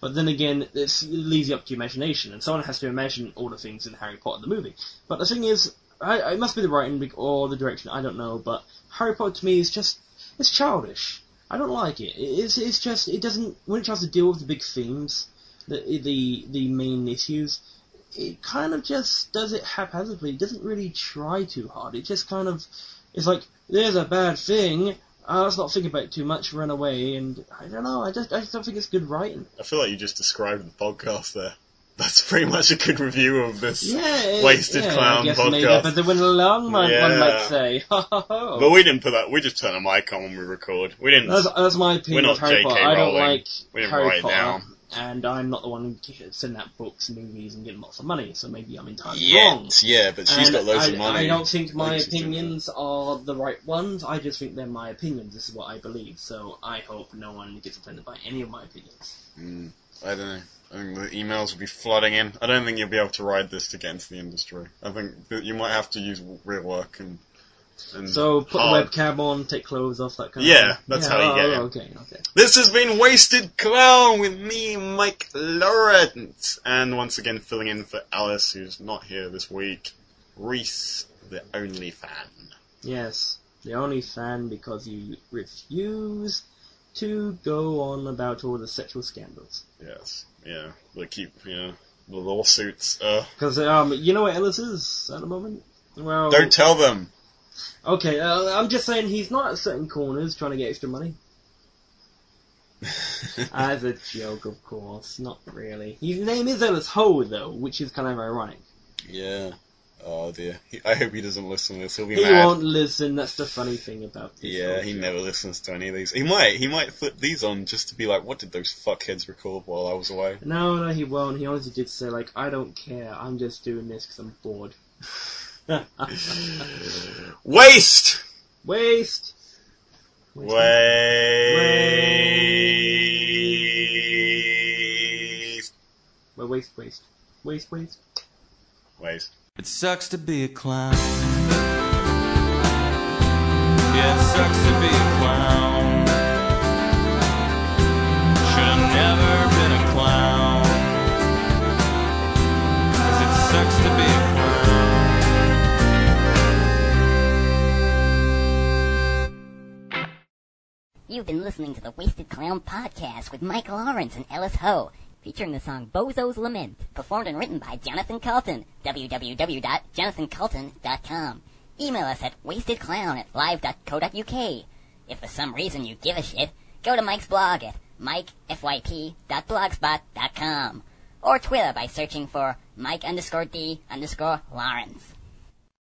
But then again, it's, it leaves you up to your imagination, and someone has to imagine all the things in Harry Potter the movie. But the thing is, I, it must be the writing bec- or the direction. I don't know, but Harry Potter to me is just it's childish. I don't like it. It's it's just it doesn't when it tries to deal with the big themes, the the the main issues. It kind of just does it haphazardly. It doesn't really try too hard. It just kind of it's like there's a bad thing. Uh, let's not think about it too much. Run away, and I don't know. I just I just don't think it's good writing. I feel like you just described the podcast there. That's pretty much a good review of this. Yeah, it- Wasted yeah, Clown I guess podcast. Maybe, but the win along one, one might Yeah. say. Oh. But we didn't put that. We just turn a mic on when we record. We didn't. that's, that's my We're opinion not of Harry J.K. Potter. I Rowling. don't like We didn't Harry write Potter, down. and I'm not the one who sending out books, movies, and getting lots of money. So maybe I'm entirely wrong. Yet, yeah, but she's And got loads I, of money. I don't think my think she's doing opinions are the right ones. I just think they're my opinions. This is what I believe. So I hope no one gets offended by any of my opinions. Mm, I don't know. I think the emails will be flooding in. I don't think you'll be able to ride this to get into the industry. I think that you might have to use real work and. and So put hard. the webcam on, take clothes off, that kind Yeah, of thing. that's how you oh, get it. Okay, okay. This has been Wasted Clown with me, Mike Lawrence. And once again, filling in for Alice, who's not here this week, Reese, the only fan. Yes, the only fan because you refuse to go on about all the sexual scandals. Yes, yeah. They keep, yeah, the lawsuits. Uh, Because um, you know what Ellis is at the moment. Well, don't tell them. okay. Uh, I'm just saying he's not at certain corners trying to get extra money. As a joke, of course, not really. His name is Ellis Ho, though, which is kind of ironic. yeah. Oh dear. He, I hope he doesn't listen to this. He'll be He mad. won't listen. That's the funny thing about this. Yeah, whole he joke. never listens to any of these. He might, he might flip these on just to be like, what did those fuckheads record while I was away? No, no, he won't. He honestly did say, like, I don't care. I'm just doing this because I'm bored. Waste! Waste. Waste! Well, waste, waste, waste, waste. Waste. It sucks to be a clown. Yeah, it sucks to be a clown. Should have never been a clown. 'Cause it sucks to be a clown. You've been listening to the Wasted Clown Podcast with Mike Lawrence and Ellis Ho, featuring the song Bozo's Lament, performed and written by Jonathan Carlton, www.jonathancarlton.com. Email us at wastedclown at live.co.uk. If for some reason you give a shit, go to Mike's blog at mikefyp.blogspot.com or Twitter by searching for Mike underscore D underscore Lawrence.